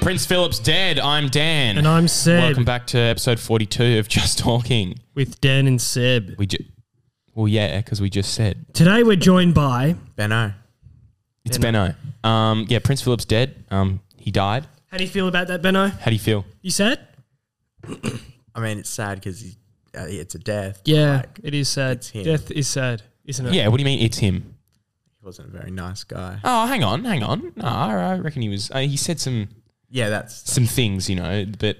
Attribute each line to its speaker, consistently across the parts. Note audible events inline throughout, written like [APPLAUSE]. Speaker 1: Prince Philip's dead. I'm Dan.
Speaker 2: And I'm Seb.
Speaker 1: Welcome back to episode 42 of Just Talking.
Speaker 2: with Dan and Seb.
Speaker 1: We ju- Well, yeah, because we just said.
Speaker 2: Today we're joined by.
Speaker 3: Benno.
Speaker 1: It's Benno. Um, yeah, Prince Philip's dead. Um, he died.
Speaker 2: How do you feel about that, Benno?
Speaker 1: How do you feel?
Speaker 2: You sad?
Speaker 3: I mean, it's sad because uh, it's a death.
Speaker 2: Yeah, it is sad.
Speaker 3: it's him.
Speaker 2: Death is sad, isn't it?
Speaker 1: Yeah, what do you mean it's him?
Speaker 3: He wasn't a very nice guy.
Speaker 1: Oh, hang on, hang on. No, I I reckon he was. Uh, he said some
Speaker 3: Yeah, that's
Speaker 1: some things, you know, but,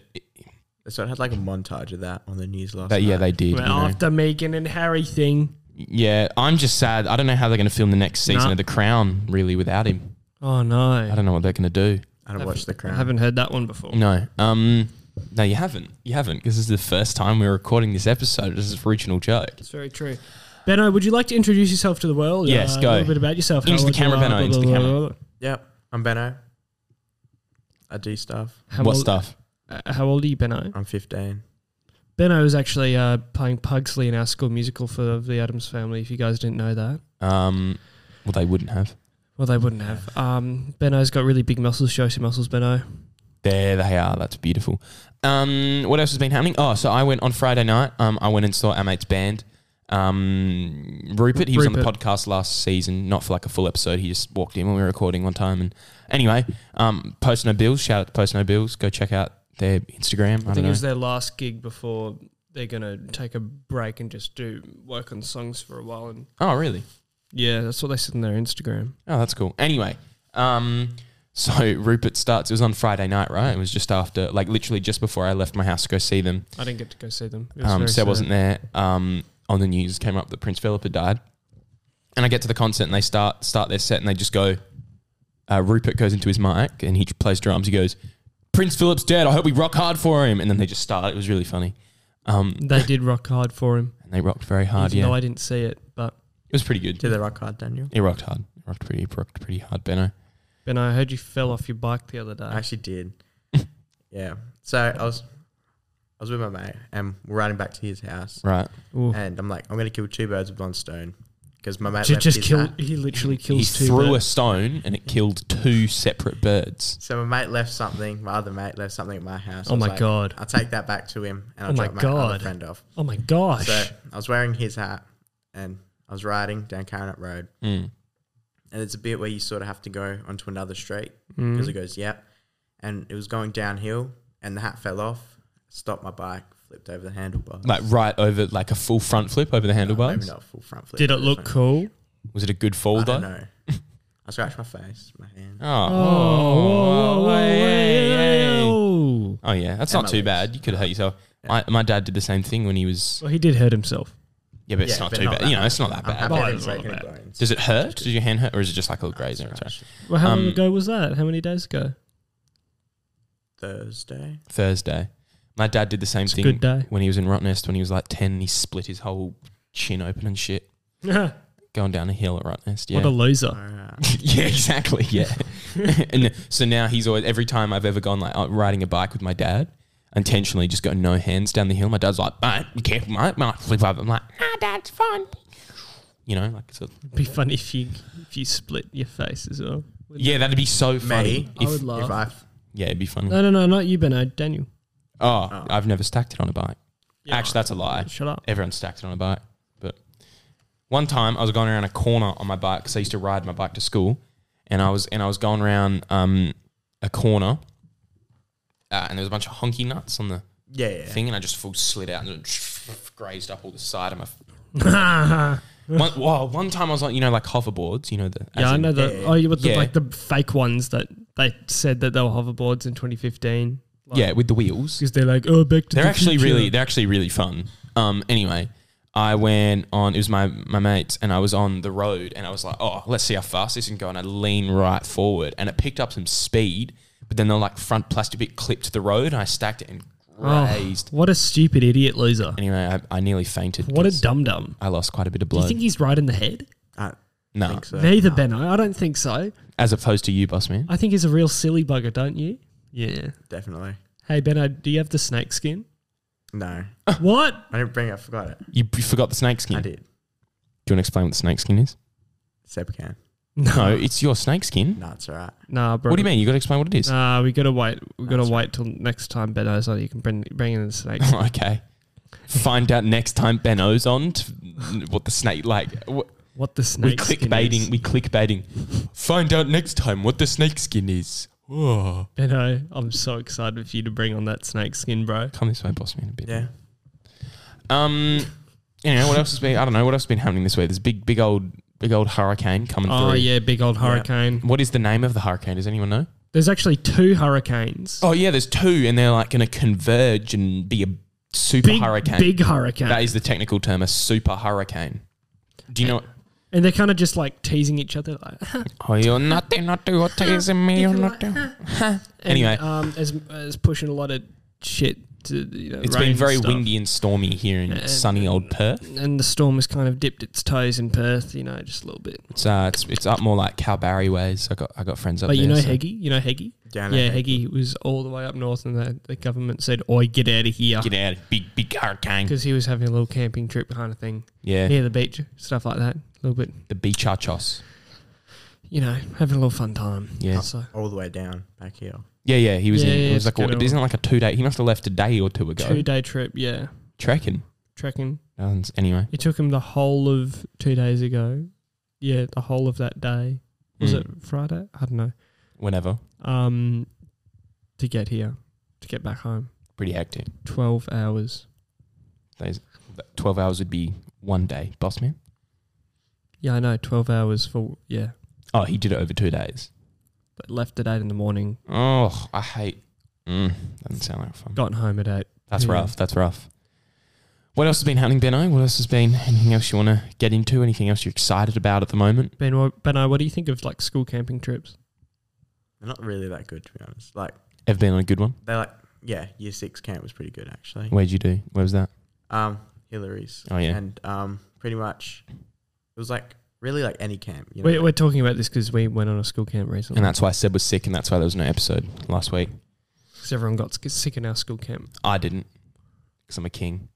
Speaker 3: so I had like a montage of that on the news last
Speaker 1: but yeah,
Speaker 3: night.
Speaker 1: they did. you
Speaker 2: Well,
Speaker 1: know.
Speaker 2: after Megan and Harry thing.
Speaker 1: Yeah, I'm just sad. I don't know how they're going to film the next season
Speaker 2: Nah.
Speaker 1: of The Crown really without him.
Speaker 2: Oh
Speaker 1: I
Speaker 2: no,
Speaker 1: don't know what they're going to do.
Speaker 3: I had to watch The
Speaker 2: I
Speaker 3: Crown.
Speaker 2: haven't heard that one before.
Speaker 1: No. Um no, you haven't. You haven't because this is the first time we're recording this episode. This is original joke.
Speaker 2: It's very true. Benno, would you like to introduce yourself to the world?
Speaker 1: Yes,
Speaker 2: Uh,
Speaker 1: go.
Speaker 2: A little bit about yourself.
Speaker 1: Into
Speaker 2: how
Speaker 1: the
Speaker 2: old you
Speaker 1: camera,
Speaker 2: are,
Speaker 1: Benno,
Speaker 2: blah,
Speaker 1: into the
Speaker 2: blah,
Speaker 1: camera.
Speaker 2: blah, blah.
Speaker 3: Yep, I'm Benno. I do stuff.
Speaker 2: How
Speaker 1: what
Speaker 2: old-
Speaker 1: stuff?
Speaker 2: uh, How old are you, Benno?
Speaker 3: I'm 15.
Speaker 2: Benno was actually uh, playing Pugsley in our school musical for the Adams Family. If you guys didn't know that.
Speaker 1: Um well they wouldn't have.
Speaker 2: Well, they wouldn't have. Um, Benno's got really big muscles. Show us your muscles, Benno.
Speaker 1: There they are. That's beautiful. Um what else has been happening? Oh, so I went on Friday night. Um I went and saw our mate's band. Um Rupert, he was on the
Speaker 2: Rupert.
Speaker 1: podcast last season, not for like a full episode. He just walked in when we were recording one time and anyway, um Post No Bills, shout out to Post No Bills. Go check out their Instagram. I,
Speaker 2: I
Speaker 1: don't
Speaker 2: think
Speaker 1: know.
Speaker 2: it was their last gig before they're gonna take a break and just do work on songs for a while. And
Speaker 1: oh really?
Speaker 2: yeah, that's what they said on their Instagram.
Speaker 1: Oh, that's cool. Anyway, um, so Rupert starts. It was on Friday night, right? It was just after, like, literally just before I left my house to go see them.
Speaker 2: I didn't get to go see them. It was
Speaker 1: Um,
Speaker 2: very
Speaker 1: Seb
Speaker 2: sad.
Speaker 1: wasn't there. Um, on the news came up that Prince Philip had died, and I get to the concert and they start start their set and they just go. Uh, Rupert goes into his mic and he plays drums. He goes, "Prince Philip's dead. I hope we rock hard for him." And then they just start. It was really funny. Um,
Speaker 2: They did rock hard for him.
Speaker 1: and they rocked very [LAUGHS] hard.
Speaker 2: even
Speaker 1: Yeah,
Speaker 2: though
Speaker 1: it
Speaker 2: I didn't see it, but
Speaker 1: was pretty good.
Speaker 3: Did the rock hard, Daniel?
Speaker 1: It rocked hard. It rocked pretty. It rocked pretty hard. Benno.
Speaker 2: Benno, I heard you fell off your bike the other day.
Speaker 3: I
Speaker 2: [LAUGHS]
Speaker 3: actually did. yeah. So I was I was with my mate and we're riding back to his house.
Speaker 1: Right.
Speaker 2: Ooh.
Speaker 3: And I'm like, I'm going to kill two birds with one stone. Because my mate
Speaker 2: Ju-
Speaker 3: left
Speaker 2: just
Speaker 3: his
Speaker 2: killed.
Speaker 3: hat.
Speaker 2: He literally
Speaker 1: he
Speaker 2: kills two.
Speaker 1: threw a
Speaker 2: birds.
Speaker 1: stone and it killed two separate birds.
Speaker 3: So my mate left something. My other mate left something at my house. I
Speaker 2: Oh
Speaker 3: was
Speaker 2: my
Speaker 3: like,
Speaker 2: God.
Speaker 3: I'll take that back to him, and
Speaker 2: Oh
Speaker 3: I'll
Speaker 2: my
Speaker 3: drop my, other
Speaker 2: God.
Speaker 3: friend off.
Speaker 1: [LAUGHS]
Speaker 2: Oh my gosh!
Speaker 3: So I was wearing his hat, and I was riding down Carnot Road,
Speaker 1: Mm.
Speaker 3: and it's a bit where you sort of have to go onto another street
Speaker 1: Hmm.
Speaker 3: because it goes yep, and it was going downhill, and the hat fell off, stopped my bike, flipped over the handlebars.
Speaker 1: Like right over, like a full front flip over the
Speaker 3: Maybe
Speaker 1: handlebars.
Speaker 3: not full front flip.
Speaker 2: did it
Speaker 3: but
Speaker 2: look
Speaker 3: front-
Speaker 2: cool?
Speaker 1: Was it a good fall
Speaker 3: I
Speaker 1: though?
Speaker 3: don't know. I scratched my face, my hand.
Speaker 1: Oh.
Speaker 2: Oh, whoa, whoa,
Speaker 1: yeah, yeah, yeah.
Speaker 2: whoa.
Speaker 1: Oh, yeah, that's
Speaker 3: And
Speaker 1: not
Speaker 3: my
Speaker 1: too
Speaker 3: legs.
Speaker 1: bad. You could hurt yourself. My, my dad did the same thing when he was.
Speaker 2: Well, he did hurt himself.
Speaker 1: Yeah, but it's
Speaker 3: Yeah,
Speaker 1: not
Speaker 3: but
Speaker 1: too
Speaker 3: not
Speaker 1: bad.
Speaker 3: that
Speaker 1: You know,
Speaker 3: bad.
Speaker 1: it's not that
Speaker 3: I'm
Speaker 1: bad.
Speaker 3: happy
Speaker 2: Oh,
Speaker 3: I didn't
Speaker 2: it's
Speaker 3: break
Speaker 2: not
Speaker 3: any
Speaker 2: bad.
Speaker 3: bones.
Speaker 1: Does it hurt? Did your hand hurt, or is it just like a little graze?
Speaker 3: It's
Speaker 1: Sorry.
Speaker 3: alright.
Speaker 2: Well, how long
Speaker 1: Um,
Speaker 2: ago was that? How many days ago? [LAUGHS]
Speaker 3: Thursday.
Speaker 1: Thursday, my dad did the same
Speaker 2: It's a
Speaker 1: thing
Speaker 2: good day.
Speaker 1: when he was in Rottnest when he was like ten. and He split his whole chin open and shit going down a hill at Rottnest. Yeah,
Speaker 2: What a loser!
Speaker 1: [LAUGHS]
Speaker 3: Alright.
Speaker 1: yeah, exactly. Yeah. [LAUGHS] and so now he's always every time I've ever gone like uh, riding a bike with my dad, intentionally just got no hands down the hill. My dad's like, mate, be careful, mate, might flip over. I'm like, nah, dad's fine. You know, like so,
Speaker 2: It'd [LAUGHS] be funny if you if you split your face as well.
Speaker 1: yeah, that'd be so funny.
Speaker 2: I would
Speaker 1: If,
Speaker 2: laugh.
Speaker 3: If I
Speaker 1: yeah, it'd be funny.
Speaker 2: no, no, no, not you, Benno. Daniel.
Speaker 1: Oh, I've never stacked it on a bike.
Speaker 2: Yeah.
Speaker 1: Actually, that's a lie.
Speaker 2: Shut [LAUGHS] up.
Speaker 1: Everyone stacked it on a bike. But one time I was going around a corner on my bike because I used to ride my bike to school, and I was and I was going around um, a corner, uh, and there was a bunch of honky nuts on the
Speaker 3: yeah, yeah.
Speaker 1: thing, and I just full slid out and just grazed up all the side of my. [LAUGHS]
Speaker 2: yeah,
Speaker 1: One, whoa, one time I was like, you know, like hoverboards, you know the. as
Speaker 2: I
Speaker 1: in-
Speaker 2: know
Speaker 3: yeah,
Speaker 2: the
Speaker 3: yeah.
Speaker 2: oh, you with the,
Speaker 1: Yeah.
Speaker 2: like the fake ones that they said that they were hoverboards in 2015. Like,
Speaker 1: Yeah, with the wheels.
Speaker 2: because they're like oh, back to
Speaker 1: They're
Speaker 2: the
Speaker 1: actually
Speaker 2: future.
Speaker 1: really, they're actually really fun. Um, anyway, I went on. It was my my mates, and I was on the road, and I was like, oh, let's see how fast this can go, and I lean right forward, and it picked up some speed, but then the like front plastic bit clipped the road, and I stacked it and
Speaker 2: Oh,
Speaker 1: grazed.
Speaker 2: what a stupid idiot loser!
Speaker 1: Anyway, I, I nearly fainted.
Speaker 2: What a
Speaker 1: 'cause
Speaker 2: dum dum.
Speaker 1: I lost quite a bit of
Speaker 2: Do
Speaker 1: blood.
Speaker 2: you think he's right in the head?
Speaker 3: I
Speaker 1: no,
Speaker 3: think so.
Speaker 2: Neither, Benno. I don't think so.
Speaker 1: as opposed to you, boss man.
Speaker 2: I think he's a real silly bugger, don't you? Yeah.
Speaker 3: Definitely.
Speaker 2: Hey Benno, do you have the snake [LAUGHS] skin?
Speaker 1: [LAUGHS]
Speaker 3: No.
Speaker 2: what?
Speaker 3: I didn't bring it. I forgot it.
Speaker 1: You, you forgot the snake skin.
Speaker 3: I
Speaker 1: Do
Speaker 2: [LAUGHS]
Speaker 3: did.
Speaker 1: you want to explain what the snake skin is?
Speaker 3: Seb can.
Speaker 1: No, it's your snakeskin.
Speaker 3: No, it's all right.
Speaker 2: Nah, bro.
Speaker 1: What do you mean? You got to explain what it is.
Speaker 2: Nah, we gotta wait. We gotta
Speaker 3: That's
Speaker 2: wait till next time Ben knows that you can bring bring in
Speaker 1: [LAUGHS]
Speaker 2: the snake.
Speaker 1: okay. Find out next time Benno's on t- what the snake like. Wh-
Speaker 2: what the
Speaker 1: we
Speaker 2: snake?
Speaker 1: clickbaiting. We clickbaiting. Find out next time what the snakeskin is. Whoa.
Speaker 2: Benno, I'm so excited for you to bring on that snake skin, bro.
Speaker 1: Come this way, boss man, a bit.
Speaker 3: Yeah.
Speaker 1: Um. Anyway, what else has been? I don't know. What else has been happening this week? There's big, big old, big old hurricane coming
Speaker 2: Oh
Speaker 1: through.
Speaker 2: yeah, big old
Speaker 3: Yeah.
Speaker 2: hurricane.
Speaker 1: What is the name of the hurricane? Does anyone know?
Speaker 2: There's actually two hurricanes.
Speaker 1: Oh yeah, there's two, and they're like going to converge and be a super
Speaker 2: big
Speaker 1: hurricane.
Speaker 2: Big hurricane.
Speaker 1: That is the technical term, a super hurricane. Do you know? What?
Speaker 2: and they're kind of just like teasing each other. Like, [LAUGHS]
Speaker 1: Oh, you're not there, not there, you're teasing me, you're not there.
Speaker 2: and,
Speaker 1: Anyway.
Speaker 2: um, as as pushing a lot of shit to you know.
Speaker 1: It's
Speaker 2: rain
Speaker 1: been
Speaker 2: and
Speaker 1: very
Speaker 2: stuff.
Speaker 1: windy and stormy here in
Speaker 2: And-
Speaker 1: sunny old Perth.
Speaker 2: and the storm has kind of dipped its toes in Perth, you know, just a little bit.
Speaker 1: It's uh, it's, it's up more like Calbarry ways. I got I got friends up
Speaker 2: But
Speaker 1: there.
Speaker 2: you know
Speaker 1: so-
Speaker 2: Heggie, you know Heggie.
Speaker 3: Down
Speaker 2: Yeah,
Speaker 3: at-
Speaker 2: Heggie was all the way up north, and the, the government said, "Oi, get out of here,"
Speaker 1: Get out, big big hurricane.
Speaker 2: because he was having a little camping trip kind of thing
Speaker 1: Yeah,
Speaker 2: near the beach, stuff like that. A little bit,
Speaker 1: the bichachos.
Speaker 2: you know, having a little fun time.
Speaker 1: Yeah.
Speaker 2: So
Speaker 3: All the way down back here.
Speaker 1: Yeah, yeah, he was
Speaker 2: Yeah,
Speaker 1: in.
Speaker 2: yeah,
Speaker 1: it was
Speaker 2: it's
Speaker 1: like a,
Speaker 2: kinda-
Speaker 1: isn't it like a two day? He must have left a day or two ago.
Speaker 2: two day trip, yeah,
Speaker 1: Trekking.
Speaker 2: trekking.
Speaker 1: Um, Anyway,
Speaker 2: It took him the whole of two days ago. Yeah, the whole of that day. Was
Speaker 1: Mm.
Speaker 2: it Friday? I don't know.
Speaker 1: whenever.
Speaker 2: Um, to get here, to get back home,
Speaker 1: Pretty hectic.
Speaker 2: twelve hours.
Speaker 1: That Twelve hours would be one day, boss man.
Speaker 2: Yeah, I know. Twelve hours for yeah.
Speaker 1: Oh, he did it over two days.
Speaker 2: But left at eight in the morning.
Speaker 1: Oh, I hate. Mm, doesn't sound like fun.
Speaker 2: Got home at eight.
Speaker 1: That's
Speaker 2: Yeah.
Speaker 1: rough. That's rough. What else has been happening, Benno? What else has been? Anything else you want to get into? Anything else you're excited about at the moment?
Speaker 2: Ben, what, Benno, what do you think of like school camping trips?
Speaker 3: They're not really that good, to be honest. Like,
Speaker 1: Ever been on a good one?
Speaker 3: they're like, yeah, year six camp was pretty good, actually.
Speaker 1: Where'd you do? Where was that?
Speaker 3: Um, Hillary's.
Speaker 1: Oh, yeah.
Speaker 3: And um, pretty much, it was like, really like any camp. You know?
Speaker 2: We're, we're talking about this because we went on a school camp recently.
Speaker 1: And that's why Seb was sick, and that's why there was no episode last week.
Speaker 2: 'Cause everyone got sc- sick in our school camp.
Speaker 1: I didn't, because I'm a king.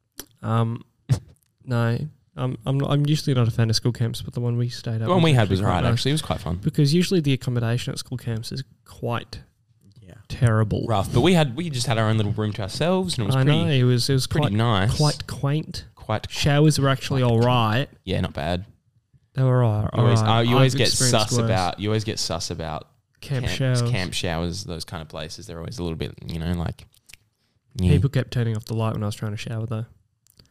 Speaker 2: Um, [LAUGHS] no, I'm I'm, not, I'm usually not a fan of school camps, but the one we stayed at,
Speaker 1: the one we had was
Speaker 2: quite
Speaker 1: right.
Speaker 2: nice.
Speaker 1: Actually, it was quite fun.
Speaker 2: because usually the accommodation at school camps is quite
Speaker 3: yeah.
Speaker 2: terrible.
Speaker 1: Rough, but we had we just had our own little room to ourselves, and it was
Speaker 2: I
Speaker 1: pretty
Speaker 2: know it was it was
Speaker 1: pretty
Speaker 2: quite
Speaker 1: nice.
Speaker 2: quite quaint.
Speaker 1: quite
Speaker 2: Showers were actually
Speaker 1: Quite
Speaker 2: all right.
Speaker 1: yeah, not bad.
Speaker 2: They were all right.
Speaker 1: You always,
Speaker 2: all right.
Speaker 1: oh, you always
Speaker 2: I've
Speaker 1: get
Speaker 2: experienced
Speaker 1: sus
Speaker 2: worse.
Speaker 1: about you always get sus about
Speaker 2: camp,
Speaker 1: camps,
Speaker 2: showers.
Speaker 1: camp showers, those kind of places. They're always a little bit, you know, like yeah.
Speaker 2: People kept turning off the light when I was trying to shower though.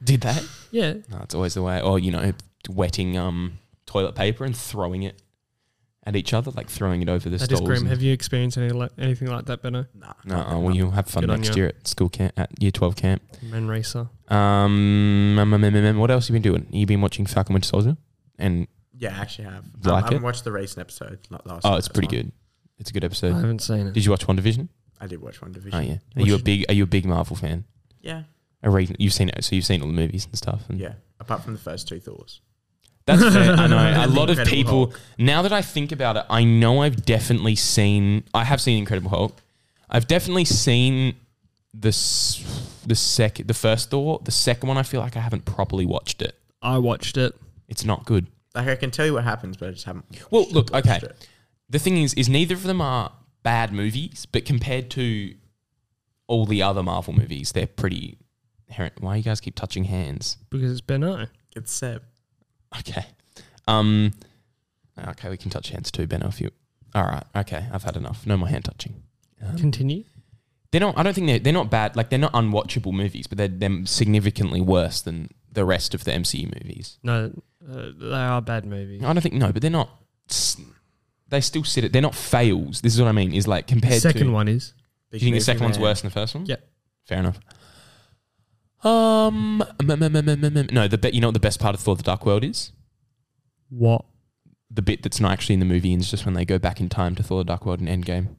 Speaker 1: did that.
Speaker 2: Yeah,
Speaker 1: No, it's always the way. Or you know, wetting um toilet paper and throwing it at each other, like throwing it over the
Speaker 2: that is
Speaker 1: stalls.
Speaker 2: grim.
Speaker 1: and-
Speaker 2: Have you experienced any li- anything like that, Benno?
Speaker 3: Nah.
Speaker 1: no,
Speaker 3: not
Speaker 1: oh,
Speaker 3: that
Speaker 1: well,
Speaker 3: much.
Speaker 1: you'll have fun
Speaker 2: Good on
Speaker 1: next
Speaker 2: ya.
Speaker 1: year at school camp, at year twelve camp.
Speaker 2: Men racer.
Speaker 1: Um, um, um, um, um, what else you been doing? You been watching Falcon Winter Soldier? And
Speaker 3: Yeah, I actually have.
Speaker 1: You
Speaker 3: Um,
Speaker 1: like
Speaker 3: I haven't
Speaker 1: it?
Speaker 3: watched the recent episode. Not last
Speaker 1: oh,
Speaker 3: one,
Speaker 1: it's
Speaker 3: this
Speaker 1: pretty
Speaker 3: one.
Speaker 1: good. It's a good
Speaker 2: I
Speaker 1: episode.
Speaker 2: haven't seen it.
Speaker 1: Did you watch One Division?
Speaker 3: I did watch One Division.
Speaker 1: Oh yeah. Are
Speaker 2: What
Speaker 1: you a
Speaker 2: did-
Speaker 1: big? Are you a big Marvel fan?
Speaker 3: Yeah.
Speaker 1: A re- you've seen it, so you've seen all the movies and stuff. And
Speaker 3: Yeah. Apart from the first two Thors. [LAUGHS]
Speaker 1: That's fair. I know. A
Speaker 3: And The
Speaker 1: lot of
Speaker 3: Incredible
Speaker 1: people.
Speaker 3: Hulk.
Speaker 1: Now that I think about it, I know I've definitely seen. I have seen Incredible Hulk. I've definitely seen the s- the sec the first Thor. The second one, I feel like I haven't properly watched it.
Speaker 2: I watched it.
Speaker 1: It's not good.
Speaker 3: Like, I can tell you what happens, but I just haven't.
Speaker 1: Well, look,
Speaker 3: watched
Speaker 1: okay.
Speaker 3: it.
Speaker 1: The thing is, is neither of them are bad movies, but compared to all the other Marvel movies, they're pretty. Why you guys keep touching hands?
Speaker 2: Because it's Benno.
Speaker 3: It's Seb.
Speaker 1: Okay. Um. Okay, we can touch hands too, Benno. If you. All right. Okay, I've had enough. No more hand touching. Um,
Speaker 2: Continue.
Speaker 1: they're not. I don't think they're. They're not bad. Like they're not unwatchable movies, but they're, they're significantly worse than the rest of the MCU movies.
Speaker 2: No, uh, they are bad movies.
Speaker 1: I don't think no, but they're not. s- They still sit it. They're not fails. This is what I mean. Is like
Speaker 2: The
Speaker 1: compared
Speaker 2: second
Speaker 1: to.
Speaker 2: one is.
Speaker 1: Do you think the
Speaker 3: Movie
Speaker 1: second one's
Speaker 3: Man.
Speaker 1: worse than the first one?
Speaker 2: Yeah.
Speaker 1: Fair enough. Um. mm, mm, mm, mm, mm, mm. No, the be- you know what the best part of Thor: The Dark World is.
Speaker 2: What?
Speaker 1: the bit that's not actually in the movie and it's just when they go back in time to Thor: The Dark World and Endgame.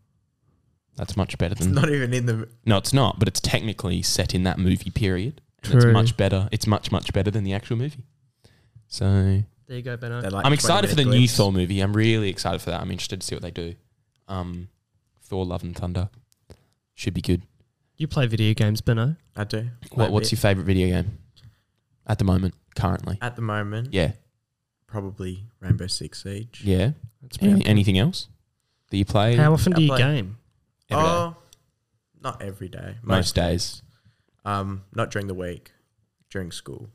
Speaker 1: That's much better
Speaker 3: It's
Speaker 1: than
Speaker 3: not even in the.
Speaker 1: no, it's not, but it's technically set in that movie period. And It's
Speaker 2: True.
Speaker 1: much better. It's much much better than the actual movie. So
Speaker 2: There you go, Benno.
Speaker 3: they're like
Speaker 1: I'm
Speaker 3: 20
Speaker 1: excited for the
Speaker 3: minute
Speaker 1: new
Speaker 3: clips.
Speaker 1: Thor movie. I'm really excited for that. I'm interested to see what they do. Um, Thor: Love and Thunder should be good.
Speaker 2: You play video games, Benno.
Speaker 3: I do.
Speaker 1: What, what's your favorite video game at the moment? Currently,
Speaker 3: At the moment,
Speaker 1: yeah.
Speaker 3: probably Rainbow Six Siege.
Speaker 1: Yeah.
Speaker 2: That's
Speaker 1: Any, anything else that you play?
Speaker 2: How often do
Speaker 3: I
Speaker 2: you
Speaker 3: play-
Speaker 2: game?
Speaker 1: every day?
Speaker 3: oh, not every day.
Speaker 1: most days
Speaker 3: Um, not during the week, during school.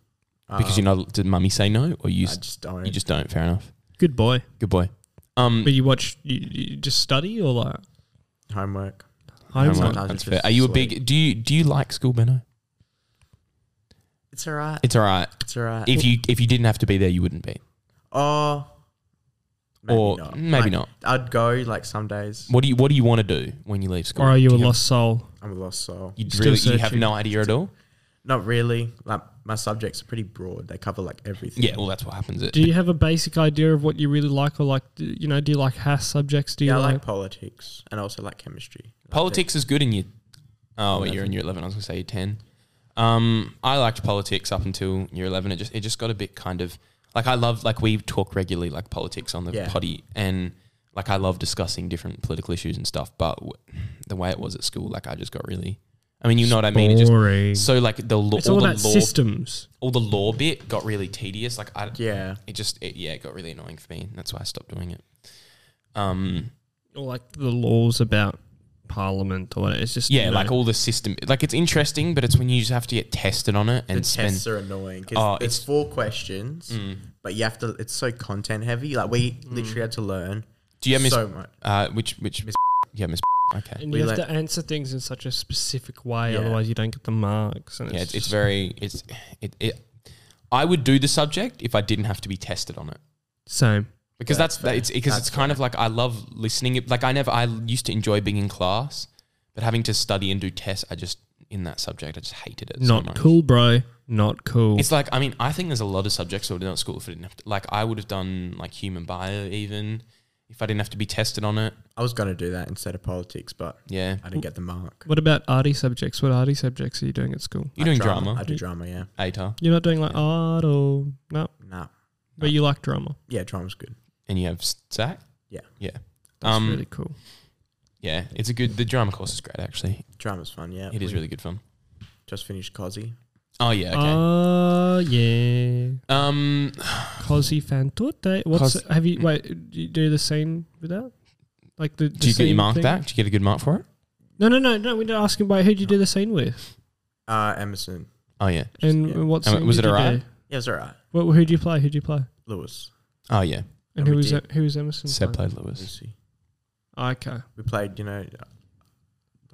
Speaker 3: Um,
Speaker 1: because
Speaker 3: uh,
Speaker 1: you know did mummy say no or you
Speaker 3: I
Speaker 1: s-
Speaker 3: just don't.
Speaker 1: you just don't. Fair enough.
Speaker 2: Good boy.
Speaker 1: Good boy. Um,
Speaker 2: But you watch, you, you just study or like
Speaker 3: homework.
Speaker 1: homework,
Speaker 2: homework?
Speaker 3: sometimes
Speaker 1: that's
Speaker 3: it's
Speaker 1: fair.
Speaker 3: just
Speaker 1: Are you a
Speaker 3: sleep.
Speaker 1: big? Do you do you like school, Benno?
Speaker 3: It's alright.
Speaker 1: It's all right.
Speaker 3: It's alright.
Speaker 1: If you if you didn't have to be there, you wouldn't be.
Speaker 3: Oh, maybe
Speaker 1: or
Speaker 3: not.
Speaker 1: maybe
Speaker 3: Like,
Speaker 1: not.
Speaker 3: I'd go like some days.
Speaker 1: What do you What do you want to do when you leave school?
Speaker 2: Or are you
Speaker 1: Do
Speaker 2: a
Speaker 1: have-
Speaker 2: lost soul?
Speaker 3: I'm a lost soul.
Speaker 1: You
Speaker 2: still
Speaker 1: really you have
Speaker 2: searching?
Speaker 1: no idea at all.
Speaker 3: Not really. Like my subjects are pretty broad. They cover like everything.
Speaker 1: Yeah. Well, that's what happens. It.
Speaker 2: Do you have a basic idea of what you really like or like, d- you know, do you like Haas subjects? Do you
Speaker 3: Yeah, I
Speaker 2: like,
Speaker 3: like politics and I also like chemistry. Like,
Speaker 1: Politics is good in year. Oh, wait, you're in year eleven. I was gonna say year ten. Um, I liked politics up until year eleven. It just it just got a bit kind of like I love like we talk regularly like politics on the
Speaker 3: Yeah.
Speaker 1: potty and like I love discussing different political issues and stuff. But w- the way it was at school, like I just got really. I mean, you know what I mean. It just
Speaker 2: boring.
Speaker 1: so like the law,
Speaker 2: it's
Speaker 1: all
Speaker 2: all
Speaker 1: the
Speaker 2: about
Speaker 1: law,
Speaker 2: systems.
Speaker 1: all the law bit got really tedious. Like I,
Speaker 3: Yeah.
Speaker 1: it just it, yeah, it got really annoying for me. That's why I stopped doing it. Um,
Speaker 2: Or like the laws about parliament or whatever. It's just,
Speaker 1: Yeah,
Speaker 2: you know,
Speaker 1: like all the system. Like it's interesting, but it's when you just have to get tested on it and
Speaker 3: the
Speaker 1: spend.
Speaker 3: tests are annoying because
Speaker 1: Oh,
Speaker 3: it's
Speaker 1: it's- Mm.
Speaker 3: four questions, but you have to. It's so content heavy. Like we literally had to learn
Speaker 1: Do you have miss?
Speaker 3: so much.
Speaker 1: uh, which which?
Speaker 3: Miss-
Speaker 1: Yeah, miss. Okay.
Speaker 2: And
Speaker 3: We
Speaker 2: you have
Speaker 3: like-
Speaker 2: to answer things in such a specific way,
Speaker 3: Yeah.
Speaker 2: otherwise you don't get the marks. And
Speaker 1: Yeah, it's, it's
Speaker 2: just-
Speaker 1: very it's it, it. I would do the subject if I didn't have to be tested on it.
Speaker 2: same.
Speaker 1: because
Speaker 3: That's
Speaker 1: that's, that,
Speaker 3: fair.
Speaker 1: it's because
Speaker 3: That's
Speaker 1: it's kind of like I love listening. It- Like I never I used to enjoy being in class, but having to study and do tests, I just in that subject I just hated it. so
Speaker 2: Not
Speaker 1: much.
Speaker 2: cool, bro. Not cool.
Speaker 1: It's like I mean I think there's a lot of subjects I would have done at school if I didn't have to. Like I would have done like human bio even if I didn't have to be tested on it.
Speaker 3: I was gonna do that instead of politics, but
Speaker 1: Yeah,
Speaker 3: I didn't get the mark.
Speaker 2: what about arty subjects? What arty subjects are you doing at school?
Speaker 1: you're
Speaker 3: Like
Speaker 1: doing drama,
Speaker 3: I do drama. Yeah.
Speaker 1: ATAR,
Speaker 2: You're not doing like art or no,
Speaker 3: Nah.
Speaker 2: but you like drama.
Speaker 3: Yeah, drama's good.
Speaker 1: and you have SAC.
Speaker 3: Yeah.
Speaker 1: yeah,
Speaker 2: That's
Speaker 1: Um,
Speaker 2: really cool.
Speaker 1: yeah. It's a good. The drama course is great actually.
Speaker 3: Drama's fun. Yeah.
Speaker 1: It is
Speaker 3: We
Speaker 1: really good fun.
Speaker 3: Just finished Cosy.
Speaker 1: Oh yeah. Okay.
Speaker 2: Oh yeah,
Speaker 3: Uh,
Speaker 1: um.
Speaker 2: Così fan tutte. What's
Speaker 1: Cos-
Speaker 2: have you wait? Do you do the scene with that? Like the, the
Speaker 1: Do you get your
Speaker 2: scene
Speaker 1: mark
Speaker 2: thing?
Speaker 1: back? Do you get a good mark for it?
Speaker 2: No, no, no, no. We're not asking about who do you do the scene with
Speaker 3: Uh, Emerson.
Speaker 1: Oh yeah.
Speaker 2: and
Speaker 3: Yeah.
Speaker 2: what
Speaker 1: Um,
Speaker 2: scene
Speaker 1: was
Speaker 2: did
Speaker 1: it
Speaker 2: you
Speaker 1: alright?
Speaker 2: do?
Speaker 3: Yeah, it's alright.
Speaker 2: What, who do you play? Who do you play?
Speaker 3: Lewis,
Speaker 1: Oh yeah.
Speaker 2: And
Speaker 3: And
Speaker 2: who
Speaker 3: we
Speaker 2: was
Speaker 3: did.
Speaker 2: that? Who was Emerson?
Speaker 1: Seb
Speaker 2: playing?
Speaker 1: played Lewis.
Speaker 3: Lucy.
Speaker 2: Oh, okay.
Speaker 3: We played. You know.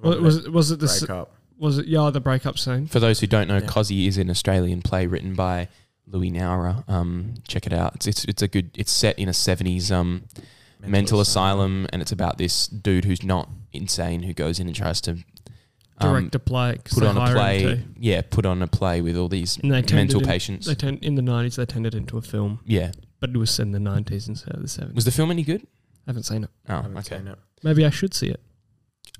Speaker 2: Was, was it was it the s-
Speaker 3: break up?
Speaker 2: was it yeah the breakup scene?
Speaker 1: For those who don't know,
Speaker 3: Yeah.
Speaker 1: Cosy is an Australian play written by Louis Nowra. Um, check it out. It's, it's it's a good. It's set in a seventies um mental, asylum, and it's about this dude who's not insane who goes in and tries to um,
Speaker 2: Direct a play. 'cause
Speaker 1: put
Speaker 2: they
Speaker 1: on a
Speaker 2: hire him
Speaker 1: play.
Speaker 2: to.
Speaker 1: Yeah, put on a play with all these
Speaker 2: And they turned
Speaker 1: mental
Speaker 2: it in-
Speaker 1: patients.
Speaker 2: They turned in the nineties. They turned it into a film,
Speaker 1: yeah,
Speaker 2: but it was set in the nineties instead of the seventies.
Speaker 1: was the film any good?
Speaker 2: I haven't seen it.
Speaker 1: Oh,
Speaker 3: Haven't
Speaker 1: okay.
Speaker 3: seen it.
Speaker 2: Maybe I should see it.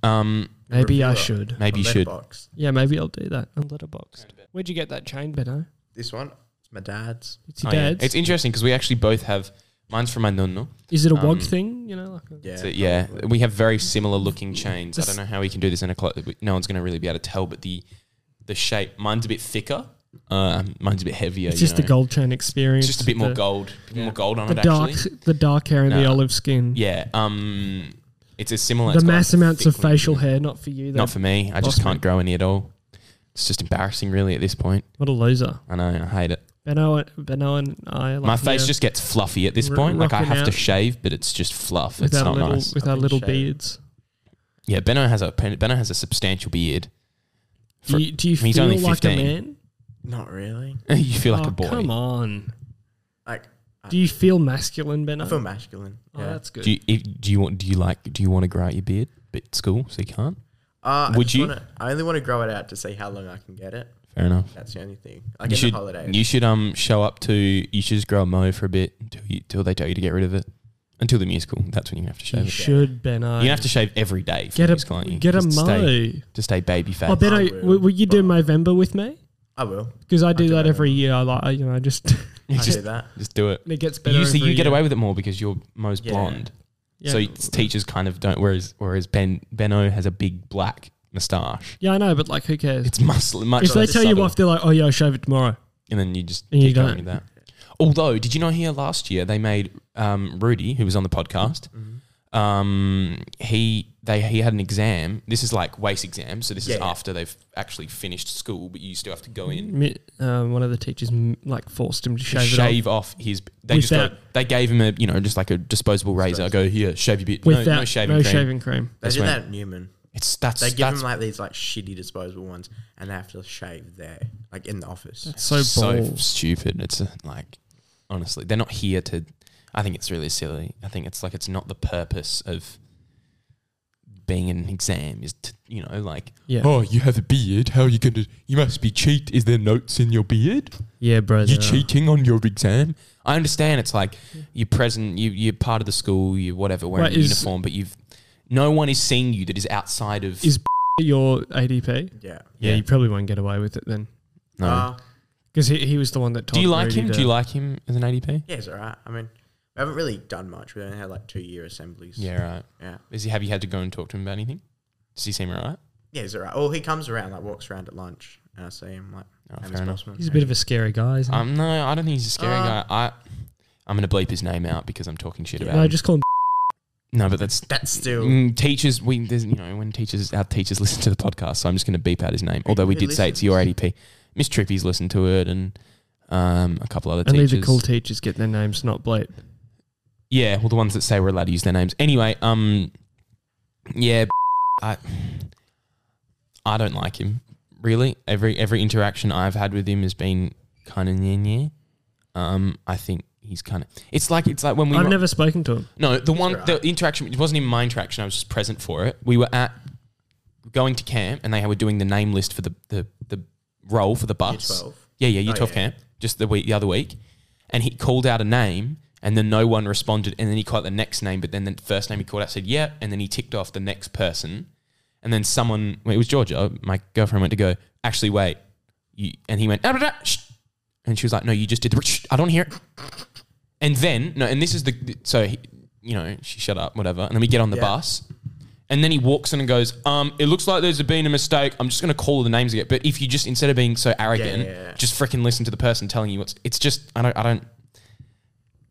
Speaker 1: Um,
Speaker 2: Maybe I
Speaker 3: Reviewer.
Speaker 2: should.
Speaker 1: maybe you
Speaker 3: On
Speaker 1: should.
Speaker 3: Letterboxd.
Speaker 2: Yeah, maybe I'll do that on Letterboxd. Where'd you get that chain, Benno?
Speaker 3: This one. It's my dad's.
Speaker 2: It's your
Speaker 1: Oh, yeah.
Speaker 2: dad's.
Speaker 1: It's interesting because we actually both have. Mine's from my nonno.
Speaker 2: Is it a wog
Speaker 1: um,
Speaker 2: thing? You know, like a,
Speaker 3: Yeah.
Speaker 1: So, yeah,
Speaker 3: probably.
Speaker 1: we have very similar looking chains. I
Speaker 2: This-
Speaker 1: don't know how we can do this in a clo- no one's going to really be able to tell, but the the shape mine's a bit thicker, uh, mine's a bit heavier.
Speaker 2: it's
Speaker 1: you
Speaker 2: just
Speaker 1: know.
Speaker 2: the gold chain experience.
Speaker 1: It's just a bit more
Speaker 2: the-
Speaker 1: gold, a bit more gold on
Speaker 2: The
Speaker 1: it
Speaker 2: dark,
Speaker 1: actually.
Speaker 2: the dark hair and the
Speaker 1: Nah.
Speaker 2: olive skin.
Speaker 1: Yeah, um, it's a similar.
Speaker 2: the
Speaker 1: it's got
Speaker 2: mass
Speaker 1: a
Speaker 2: amounts of
Speaker 1: thick looking-
Speaker 2: facial hair. Not for you. Though.
Speaker 1: Not for me. I just
Speaker 2: Lost
Speaker 1: can't
Speaker 2: me.
Speaker 1: grow any at all. It's just embarrassing, really, at this point.
Speaker 2: what a loser.
Speaker 1: I know. I hate it.
Speaker 2: Benno, Benno and I. Like
Speaker 1: My face
Speaker 2: yeah,
Speaker 1: just gets fluffy at this
Speaker 2: R-
Speaker 1: point. Like I
Speaker 2: rocking
Speaker 1: have to
Speaker 2: out.
Speaker 1: shave, but it's just fluff.
Speaker 2: with
Speaker 1: It's
Speaker 2: our
Speaker 1: not
Speaker 2: little
Speaker 1: nice.
Speaker 2: with our
Speaker 3: I've been
Speaker 2: little
Speaker 3: shaving.
Speaker 2: beards.
Speaker 1: Yeah, Benno has a Benno has a substantial beard. [LAUGHS]
Speaker 2: Do
Speaker 1: For-
Speaker 2: you, do you
Speaker 1: he's
Speaker 2: feel
Speaker 1: only
Speaker 2: like a
Speaker 1: 15.
Speaker 2: man?
Speaker 3: Not really.
Speaker 1: you feel like
Speaker 2: Oh,
Speaker 1: a boy.
Speaker 2: Come on.
Speaker 3: Like
Speaker 2: Do you feel masculine, Benno?
Speaker 3: I feel masculine.
Speaker 2: Oh,
Speaker 3: yeah.
Speaker 2: that's good.
Speaker 1: Do you, if, do you want? Do you like? Do you want to grow out your beard at school? So you can't.
Speaker 3: Uh, I
Speaker 1: Would
Speaker 3: just
Speaker 1: you?
Speaker 3: Wanna, I only want to grow it out to see how long I can get it.
Speaker 1: Fair enough.
Speaker 3: That's the only thing. Like
Speaker 1: you
Speaker 3: in
Speaker 1: should.
Speaker 3: the holidays.
Speaker 1: You should um show up to. You should just grow a mo for a bit until you till they tell you to get rid of it. Until the musical, that's when you have to shave.
Speaker 2: You
Speaker 1: it.
Speaker 2: should, Benno.
Speaker 1: You have to shave every day. For
Speaker 2: get
Speaker 1: the
Speaker 2: a
Speaker 1: musical, aren't you?
Speaker 2: get a
Speaker 1: Just to stay-
Speaker 2: mo.
Speaker 1: to stay baby fat.
Speaker 2: Oh, Benno,
Speaker 3: I will,
Speaker 2: will, will you do
Speaker 3: but-
Speaker 2: Movember with me?
Speaker 3: I will.
Speaker 2: Because I do
Speaker 3: do
Speaker 2: that
Speaker 3: Movember.
Speaker 2: every year. I like, I, you know, I just [LAUGHS]
Speaker 1: [LAUGHS]
Speaker 3: I
Speaker 1: just
Speaker 3: do that.
Speaker 1: just do it.
Speaker 2: it gets better.
Speaker 1: Usually,
Speaker 2: every
Speaker 1: you get
Speaker 2: year.
Speaker 1: away with it more because you're most
Speaker 3: Yeah.
Speaker 1: blonde.
Speaker 2: Yeah.
Speaker 1: So it's teachers kind of don't. Whereas whereas Ben Benno has a big black moustache.
Speaker 2: yeah, I know, but like, who cares?
Speaker 1: It's muscle much.
Speaker 2: If they
Speaker 1: less
Speaker 2: tell you
Speaker 1: subtle.
Speaker 2: off, they're like, "Oh yeah, I'll shave it tomorrow."
Speaker 1: and then you just
Speaker 2: And
Speaker 1: keep
Speaker 2: you
Speaker 1: going
Speaker 2: don't.
Speaker 1: with that. Although, did you know here last year they made um, Rudy, who was on the podcast,
Speaker 3: Mm-hmm.
Speaker 1: um, he they he had an exam. This is like waste exam, so this
Speaker 3: Yeah,
Speaker 1: is
Speaker 3: yeah.
Speaker 1: after they've actually finished school, but you still have to go in.
Speaker 4: Mi- Uh, one of the teachers mm, like forced him to shave,
Speaker 1: Shave,
Speaker 4: it off
Speaker 1: off. his. They just
Speaker 4: Without-
Speaker 1: go, they gave him a you know just like a disposable razor. Go here, shave your bit. No,
Speaker 4: without
Speaker 1: no shaving cream.
Speaker 4: cream.
Speaker 3: They
Speaker 1: That's
Speaker 3: did
Speaker 1: when-
Speaker 3: that at Newman.
Speaker 1: It's that's
Speaker 3: They give
Speaker 1: that's
Speaker 3: them like these like shitty disposable ones, and they have to shave there, like in the office.
Speaker 4: So balls.
Speaker 1: stupid. It's uh, like honestly, they're not here to. I think it's really silly. I think it's like it's not the purpose of being in an exam is to you know like
Speaker 4: Yeah.
Speaker 1: oh you have a beard how are you gonna you must be cheat is there notes in your beard
Speaker 4: Yeah, bro.
Speaker 1: you
Speaker 4: they are.
Speaker 1: cheating on your exam I understand it's like you're present you you're part of the school you whatever wearing
Speaker 4: Right,
Speaker 1: a
Speaker 4: is-
Speaker 1: uniform but you've no one is seeing you that is outside of
Speaker 4: Is- Your ADP.
Speaker 3: Yeah.
Speaker 4: Yeah,
Speaker 1: Yeah.
Speaker 4: you probably won't get away with it then,
Speaker 1: no.
Speaker 3: Uh,
Speaker 4: because he, he was the one that. Told
Speaker 1: do you like
Speaker 4: Rudy
Speaker 1: him
Speaker 4: to-
Speaker 1: do you like him as an ADP
Speaker 3: yeah, it's all right. I mean, we haven't really done much. We only had like two year assemblies.
Speaker 1: yeah right
Speaker 3: Yeah.
Speaker 1: Is he? Have you had to go and talk to him about anything? Does he seem alright?
Speaker 3: Yeah, it's all right. Well, he comes around, like walks around at lunch, and I see him like.
Speaker 1: Oh,
Speaker 3: and
Speaker 1: fair enough.
Speaker 3: Bossman.
Speaker 4: He's a bit of a scary guy, isn't he?
Speaker 1: Um, no, I don't think he's a scary
Speaker 4: Um,
Speaker 3: Uh,
Speaker 1: guy. I, I'm gonna bleep his name out because I'm talking shit about.
Speaker 4: no,
Speaker 1: him.
Speaker 4: just call him.
Speaker 1: no, but that's
Speaker 3: That's still.
Speaker 1: mm, teachers. We, there's, you know, when teachers, our teachers [LAUGHS] listen to the podcast, so I'm just gonna beep out his name. Although we
Speaker 3: Who
Speaker 1: did say it's
Speaker 3: listens?
Speaker 1: your ADP. Miss Trippy's listened to it, and um, a couple other
Speaker 4: Only
Speaker 1: teachers.
Speaker 4: the cool teachers get their names not bleeped.
Speaker 1: yeah, well, the ones that say we're allowed to use their names. Anyway, um, yeah, [LAUGHS] I, I don't like him really. Every every interaction I've had with him has been kind of yeah, yeah. Um, I think he's kind of. It's like it's like when we
Speaker 4: I've
Speaker 1: were-
Speaker 4: never spoken to him.
Speaker 1: no the one
Speaker 3: right.
Speaker 1: the interaction. It wasn't even my interaction. I was just present for it. We were at going to camp, and they were doing the name list for the the the role for the
Speaker 3: year
Speaker 1: bus.
Speaker 3: 12.
Speaker 1: Yeah, yeah, year
Speaker 3: Oh,
Speaker 1: 12
Speaker 3: yeah.
Speaker 1: camp, just the week, the other week. And he called out a name and then no one responded. And then he called out the next name, but then the first name he called out said, yeah. And then he ticked off the next person. And then someone, well, it was Georgia, my girlfriend went to go, actually, wait. You, and he went, "Ah, blah, blah, shh." and she was like, no, you just did the, shh, I don't hear it. And then, no, and this is the, so, he, you know, she shut up, whatever. And then we get on the
Speaker 3: Yeah.
Speaker 1: bus. And then he walks in and goes, um, it looks like there's been a mistake. I'm just going to call the names again. But if you just, instead of being so arrogant,
Speaker 3: Yeah, yeah, yeah.
Speaker 1: just freaking listen to the person telling you what's, it's just, I don't, I don't,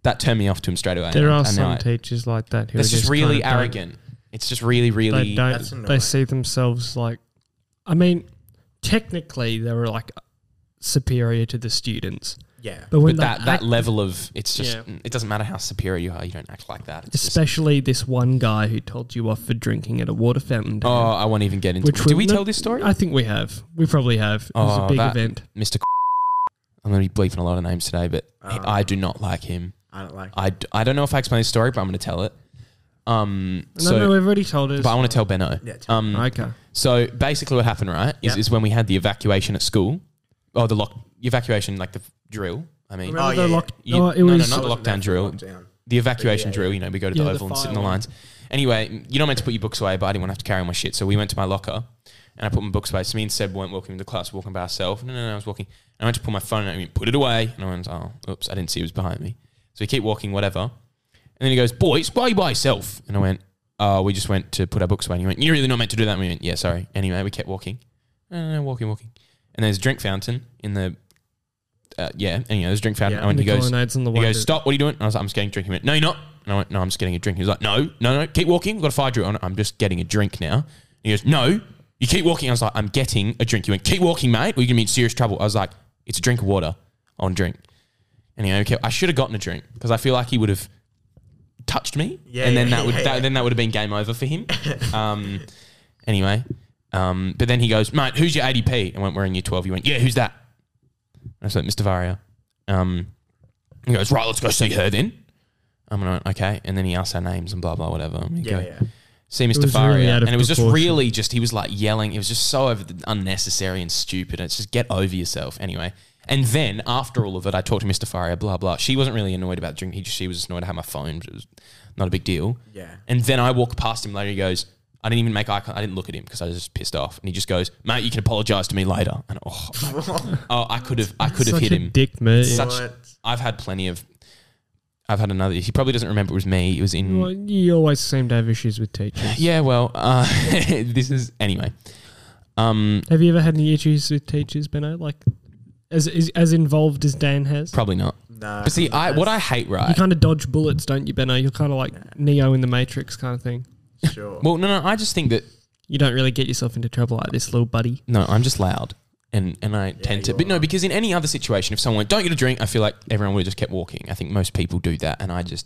Speaker 1: that turned me off to him straight away.
Speaker 4: There
Speaker 1: I,
Speaker 4: are
Speaker 1: I
Speaker 4: some
Speaker 1: know it.
Speaker 4: teachers like that who
Speaker 1: That's
Speaker 4: are
Speaker 1: just
Speaker 4: just
Speaker 1: really
Speaker 4: kinda don't-
Speaker 1: arrogant. It's just really, really,
Speaker 4: They
Speaker 3: That's
Speaker 4: don't. They
Speaker 3: annoying.
Speaker 4: see themselves like. I mean, technically, they were like superior to the students,
Speaker 3: Yeah.
Speaker 4: but when
Speaker 1: but
Speaker 4: they
Speaker 1: that, that
Speaker 4: act-
Speaker 1: level of, it's just,
Speaker 4: Yeah.
Speaker 1: it doesn't matter how superior you are, you don't act like that. It's just,
Speaker 4: especially this one guy who told you off for drinking at a water fountain.
Speaker 1: oh, I won't even get into
Speaker 4: Which Uh,
Speaker 1: it. Did
Speaker 4: we-
Speaker 1: we
Speaker 4: no-
Speaker 1: tell this story?
Speaker 4: I think we have. We probably have. It was
Speaker 1: Oh,
Speaker 4: a big
Speaker 1: that-
Speaker 4: event.
Speaker 1: Mr. I'm going to be bleeping a lot of names today, but he-
Speaker 4: Uh,
Speaker 3: Um,
Speaker 1: I do not like him.
Speaker 3: I don't like.
Speaker 1: I, d- I don't know if I explained this story, but I'm going to tell it. Um,
Speaker 4: No,
Speaker 1: so,
Speaker 4: no, we've already told us.
Speaker 1: but I want to tell Benno.
Speaker 3: Yeah, tell
Speaker 1: Um,
Speaker 4: okay.
Speaker 1: So basically, what happened, right, is,
Speaker 3: Yeah.
Speaker 1: is when we had the evacuation at school, or the lock evacuation, like the f- drill. I mean,
Speaker 4: Remember the
Speaker 3: yeah, yeah.
Speaker 4: lock-
Speaker 1: You-
Speaker 4: oh, it
Speaker 1: no, no,
Speaker 4: was
Speaker 1: not
Speaker 3: I wasn't
Speaker 1: lockdown
Speaker 3: there for
Speaker 1: drill.
Speaker 3: Lockdown.
Speaker 1: the evacuation
Speaker 3: Yeah,
Speaker 1: drill. You know, we go to
Speaker 4: Yeah,
Speaker 1: the
Speaker 4: the
Speaker 1: Oval and sit in the
Speaker 4: file.
Speaker 1: lines. Anyway, you're not meant to put your books away, but I didn't want to have to carry my shit. So we went to my locker, and I put my books away. So me and Seb weren't walking into class, we were walking by ourselves. No, no, no, I was walking. And I went to pull my phone out and he went, put it away. And I went, oh, oops, I didn't see it was behind me. So we keep walking, whatever. And then he goes, boys, why are you by yourself? And I went, oh, we just went to put our books away. And he went, you're really not meant to do that. And we went, yeah, sorry. Anyway, we kept walking. No, no, no, walking, walking. And there's a drink fountain in the, uh, yeah, anyway, there's a drink fountain.
Speaker 3: Yeah,
Speaker 1: I went,
Speaker 4: the
Speaker 1: he goes,
Speaker 4: colonnades on the
Speaker 1: he
Speaker 4: way.
Speaker 1: goes,
Speaker 4: to-
Speaker 1: stop, what are you doing? And I was like, I'm just getting a drink. He went, no, you're not. And I went, no, I'm just getting a drink. He was like, no, no, no, keep walking. We've got a fire drill on it. I'm just getting a drink now. And he goes, no, you keep walking. I was like, I'm getting a drink. He went, keep walking, mate. We're going to be in serious trouble. I was like, it's a drink of water on drink. And he okay, I should have gotten a drink because I feel like he would have touched me.
Speaker 3: Yeah,
Speaker 1: and then
Speaker 3: yeah,
Speaker 1: that would
Speaker 3: yeah,
Speaker 1: that,
Speaker 3: yeah.
Speaker 1: then that would have been game over for
Speaker 3: [LAUGHS]
Speaker 1: him. um, anyway, um, but then he goes, mate, who's your ADP? I went, we're in year 12. He went, yeah, who's that? And I said, Mr. Varia. Um, he goes, right, let's go see her then. I'm going, okay. And then he asks our names and blah, blah, whatever. And we
Speaker 3: Yeah,
Speaker 1: go,
Speaker 3: yeah.
Speaker 1: See Mr.
Speaker 4: was
Speaker 1: Faria.
Speaker 4: really out of
Speaker 1: and it was just
Speaker 4: proportion.
Speaker 1: really just, he was like yelling. It was just so over the, unnecessary and stupid. It's just get over yourself anyway. And then after all of it, I talked to Mr. Faria, blah, blah. She wasn't really annoyed about the drink. He, she was just annoyed I had my phone, which was not a big deal.
Speaker 3: Yeah.
Speaker 1: And then I walk past him later. He goes, I didn't even make eye contact. I didn't look at him because I was just pissed off. And he just goes, mate, you can apologize to me later. And
Speaker 4: [LAUGHS]
Speaker 1: oh, oh I could have, I could have
Speaker 4: Such
Speaker 1: hit
Speaker 4: a
Speaker 1: him.
Speaker 4: Dick move.
Speaker 1: Such-
Speaker 3: What?
Speaker 1: I've had plenty of. I've had another. He probably doesn't remember it was me. It was in.
Speaker 4: Well, you always seem to have issues with teachers.
Speaker 1: Yeah, well, uh, [LAUGHS] this is anyway. Um,
Speaker 4: Have you ever had any issues with teachers, Benno? Like as is, as involved as Dan has.
Speaker 1: Probably not.
Speaker 3: No.
Speaker 1: But see, I what I hate,
Speaker 4: You
Speaker 1: right?
Speaker 4: kind of dodge bullets, don't you, Benno? You're kind of like Neo in the Matrix kind of thing.
Speaker 3: sure.
Speaker 1: Well, no, no. I just think that
Speaker 4: You don't really get yourself into trouble like this, little buddy.
Speaker 1: no, I'm just loud, and and I tend to.
Speaker 3: you
Speaker 1: But no,
Speaker 3: are.
Speaker 1: because in any other situation, if someone went, don't get a drink, I feel like everyone would have just kept walking. I think most people do that, and I just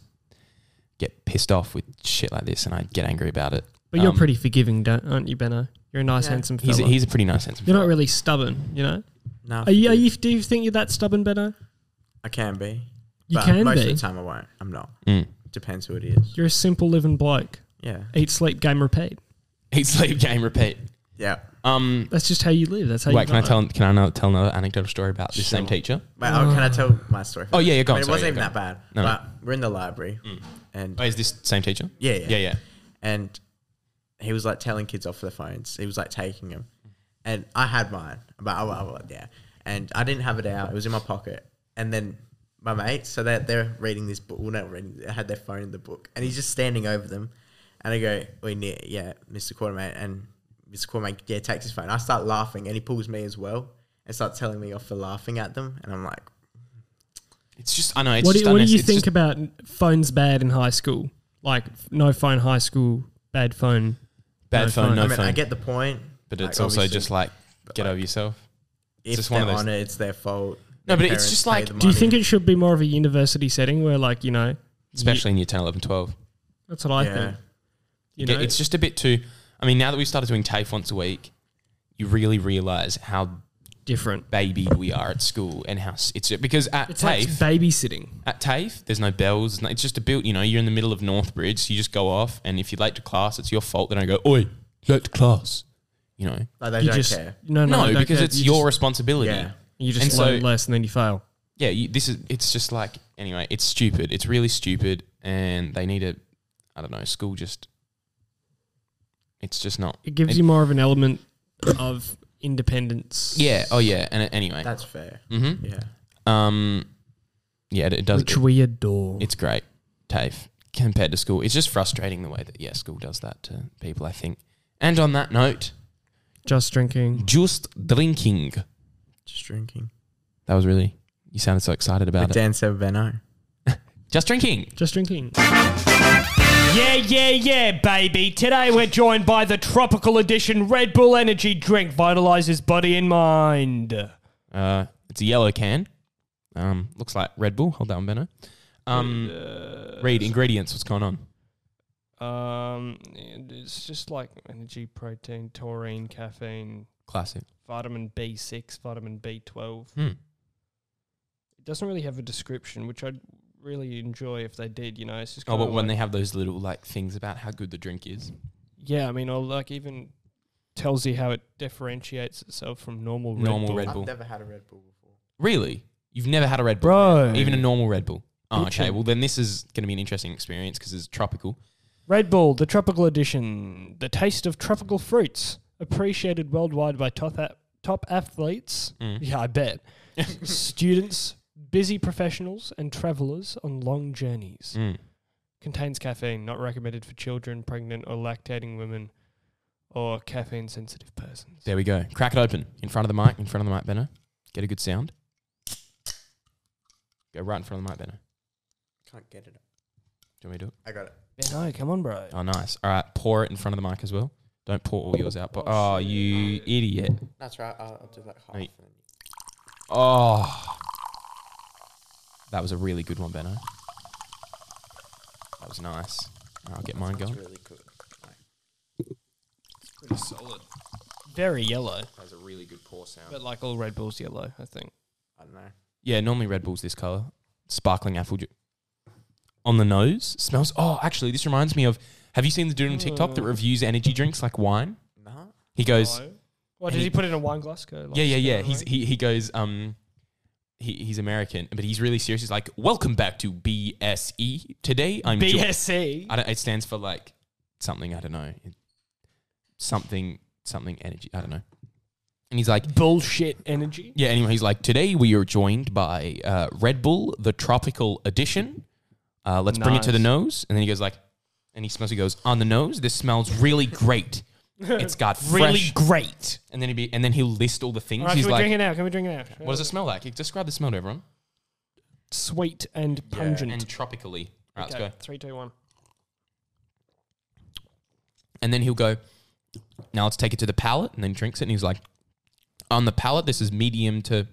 Speaker 1: get pissed off with shit like this, and I get angry about it.
Speaker 4: But you're
Speaker 1: Um,
Speaker 4: pretty forgiving, don't, aren't you, Benno? You're a nice,
Speaker 3: Yeah.
Speaker 4: handsome fella.
Speaker 1: He's a, he's a pretty nice handsome.
Speaker 4: you're not
Speaker 1: fella.
Speaker 4: really stubborn, you know.
Speaker 3: no,
Speaker 4: Are you, are you? Do you think you're that stubborn, Benno?
Speaker 3: I can be.
Speaker 4: You
Speaker 3: but
Speaker 4: can
Speaker 3: most
Speaker 4: be.
Speaker 3: of the time I won't. I'm not.
Speaker 1: Mm.
Speaker 3: Depends who it is.
Speaker 4: You're a simple living bloke.
Speaker 3: Yeah.
Speaker 4: Eat, sleep, game, repeat.
Speaker 1: [LAUGHS] Eat, sleep, game, repeat.
Speaker 3: Yeah.
Speaker 1: Um,
Speaker 4: That's just how you live. That's how you.
Speaker 1: wait, can I
Speaker 4: die.
Speaker 1: tell can I now tell another anecdotal story about this same teacher?
Speaker 3: Wait, oh, can I tell my story?
Speaker 1: Oh, yeah, yeah, go on,
Speaker 3: I mean, It
Speaker 1: sorry,
Speaker 3: wasn't even
Speaker 1: yeah,
Speaker 3: that bad.
Speaker 1: No, no.
Speaker 3: But we're in the library, and
Speaker 1: Oh, is this same teacher?
Speaker 3: Yeah, yeah.
Speaker 1: yeah, yeah.
Speaker 3: and he was like telling kids off their phones. He was like taking them, and I had mine, but I, I, yeah, and I didn't have it out. It was in my pocket, and then my mates, so they're they're reading this book. Well, not reading. They had their phone in the book, and he's just standing over them, and I go, "We need, yeah, Mr. Quartermate," and Mr. Quartermate, yeah, takes his phone. I start laughing, and he pulls me as well, and starts telling me off for laughing at them, and I'm like,
Speaker 1: It's just I know. It's
Speaker 4: What do,
Speaker 1: just
Speaker 4: you- what do
Speaker 1: unnecess-
Speaker 4: you
Speaker 1: it's
Speaker 4: think
Speaker 1: just-
Speaker 4: about phones bad in high school? Like f- no phone high school, bad phone.
Speaker 1: bad
Speaker 4: No
Speaker 1: phone,
Speaker 4: phone.
Speaker 1: no
Speaker 3: I mean,
Speaker 1: phone.
Speaker 3: I get the point,
Speaker 1: but
Speaker 3: Like,
Speaker 1: it's also
Speaker 3: obviously,
Speaker 1: just like get over yourself.
Speaker 3: if
Speaker 1: just
Speaker 3: they're
Speaker 1: one of those-
Speaker 3: on it, it's their fault.
Speaker 1: No,
Speaker 3: Their
Speaker 1: but it's
Speaker 3: parents
Speaker 1: just
Speaker 3: pay
Speaker 1: like-
Speaker 3: the
Speaker 4: Do you
Speaker 3: money.
Speaker 4: think it should be more of a university setting where, like, you know,
Speaker 1: especially in year 10, 11, 12.
Speaker 4: you- that's what I
Speaker 3: Yeah.
Speaker 4: think. You
Speaker 1: Yeah,
Speaker 4: know,
Speaker 1: it's just a bit too. I mean, now that we've started doing TAFE once a week, you really realize how
Speaker 4: different.
Speaker 1: babied we are at school and how s- it's because at
Speaker 4: It's like
Speaker 1: TAFE,
Speaker 4: babysitting.
Speaker 1: at TAFE, there's no bells. no- It's just a built. You know, you're in the middle of Northbridge, so you just go off, and if you're late to class, it's your fault. They don't go, "Oi, late to class," you know.
Speaker 3: Like, they
Speaker 4: You
Speaker 3: don't
Speaker 4: just
Speaker 3: care.
Speaker 4: no, no,
Speaker 1: No,
Speaker 4: I don't
Speaker 1: because
Speaker 4: care.
Speaker 1: it's
Speaker 4: You
Speaker 1: your
Speaker 4: just-
Speaker 1: responsibility.
Speaker 3: Yeah.
Speaker 4: you
Speaker 1: and
Speaker 4: just
Speaker 1: so-
Speaker 4: learn less and then you fail.
Speaker 1: yeah, you, this is it's just like anyway, it's stupid. It's really stupid, and they need a, I don't know, school just. It's just not.
Speaker 4: It gives
Speaker 1: and-
Speaker 4: you more of an element of independence.
Speaker 1: Yeah. Oh yeah. And it- anyway.
Speaker 3: That's fair.
Speaker 1: hmm
Speaker 3: Yeah.
Speaker 1: Um. Yeah, it, it does.
Speaker 4: which we adore.
Speaker 1: it's great, TAFE compared to school. It's just frustrating the way that yeah, school does that to people. I think. And on that note,
Speaker 4: just drinking.
Speaker 1: just drinking.
Speaker 3: Just drinking.
Speaker 1: That was really. You sounded so excited about it.
Speaker 3: Dan said Benno.
Speaker 1: Just drinking.
Speaker 4: Just drinking.
Speaker 2: Yeah, yeah, yeah, baby. Today we're joined by the tropical edition Red Bull Energy drink vitalizes body and mind.
Speaker 1: Uh, it's a yellow can. Um, looks like Red Bull. Hold on, Benno. Um, read ingredients. What's going on?
Speaker 2: Um, it's just like energy, protein, taurine, caffeine,
Speaker 1: Classic.
Speaker 2: vitamin B6, vitamin B12.
Speaker 1: Hmm.
Speaker 2: It doesn't really have a description, which I'd really enjoy if they did. You know, it's just
Speaker 1: Oh,
Speaker 2: kinda
Speaker 1: but when
Speaker 2: like-
Speaker 1: they have those little like things about how good the drink is.
Speaker 2: yeah, I mean, or like even tells you how it differentiates itself from normal Red
Speaker 1: Normal
Speaker 2: Bull.
Speaker 1: Red Bull.
Speaker 3: never had a Red Bull before.
Speaker 1: Really? You've never had a Red Bull,
Speaker 2: Bro,
Speaker 1: even a normal Red Bull. Oh, okay.
Speaker 2: Bitchin'.
Speaker 1: Well, then this is going to be an interesting experience because it's tropical.
Speaker 2: Red Bull, the tropical edition, the taste of tropical fruits, appreciated worldwide by top, a- top athletes.
Speaker 1: Mm. Mm-hmm.
Speaker 2: Yeah,
Speaker 1: [LAUGHS]
Speaker 2: I bet. Students, busy professionals, and travelers on long journeys.
Speaker 1: Mm.
Speaker 2: Contains caffeine, not recommended for children, pregnant, or lactating women, or caffeine sensitive persons.
Speaker 1: There we go. Crack it open in front of the mic. In front of the mic, Benno. Get a good sound. Go right in front of the mic, Benno.
Speaker 3: Can't get it.
Speaker 1: Do you want me to do it?
Speaker 3: I got it.
Speaker 2: Benno, come on, bro.
Speaker 1: Oh, nice. All right. Pour it in front of the mic as well. Don't pour all yours out. But oh, you idiot.
Speaker 3: That's right. I'll, I'll do like half.
Speaker 1: Wait. Oh, that was a really good one, Benno. That was nice. I'll get mine
Speaker 3: It's
Speaker 1: going.
Speaker 3: really good. Like,
Speaker 2: Very yellow,
Speaker 1: That was a really good pour sound.
Speaker 2: but like all Red Bulls, yellow, I think.
Speaker 3: I don't know.
Speaker 1: Yeah, normally Red Bull's this color, sparkling apple juice. On the nose, smells. Oh, actually, this reminds me of. Have you seen the dude on TikTok that reviews energy drinks like wine?
Speaker 3: No.
Speaker 1: He goes,
Speaker 2: Yellow. Well,
Speaker 1: and
Speaker 2: did
Speaker 1: he-
Speaker 2: he put it in a wine glass? Go, like,
Speaker 1: yeah, yeah,
Speaker 2: stir
Speaker 1: yeah.
Speaker 2: it
Speaker 1: He's
Speaker 2: away?
Speaker 1: he, he goes, um, he, he's American, but he's really serious. He's like, welcome back to BSE. Today I'm jo-
Speaker 2: E. BSE.
Speaker 1: I don't, it stands for like something I don't know, It- something something energy. I don't know. And he's like,
Speaker 2: bullshit energy.
Speaker 1: yeah. Anyway, he's like, today we are joined by uh, Red Bull, the Tropical Edition. Uh, let's bring it to the
Speaker 2: Nice.
Speaker 1: nose, and then he goes like, and he smells. He goes on the nose. This smells really great. It's
Speaker 4: [LAUGHS]
Speaker 1: got
Speaker 2: Really
Speaker 1: fresh.
Speaker 2: great.
Speaker 1: and then he'd be, and then he'll list all the things.
Speaker 2: All right,
Speaker 1: He's
Speaker 2: can we
Speaker 1: like,
Speaker 2: drink it now? Can we drink it now?
Speaker 1: what does it smell like? Describe the smell to everyone.
Speaker 2: Sweet and pungent.
Speaker 1: And tropically. All right,
Speaker 2: Okay,
Speaker 1: let's go.
Speaker 2: Three, two, one.
Speaker 1: And then he'll go, now let's take it to the palate, and then drinks it, and he's like, on the palate, this is medium to,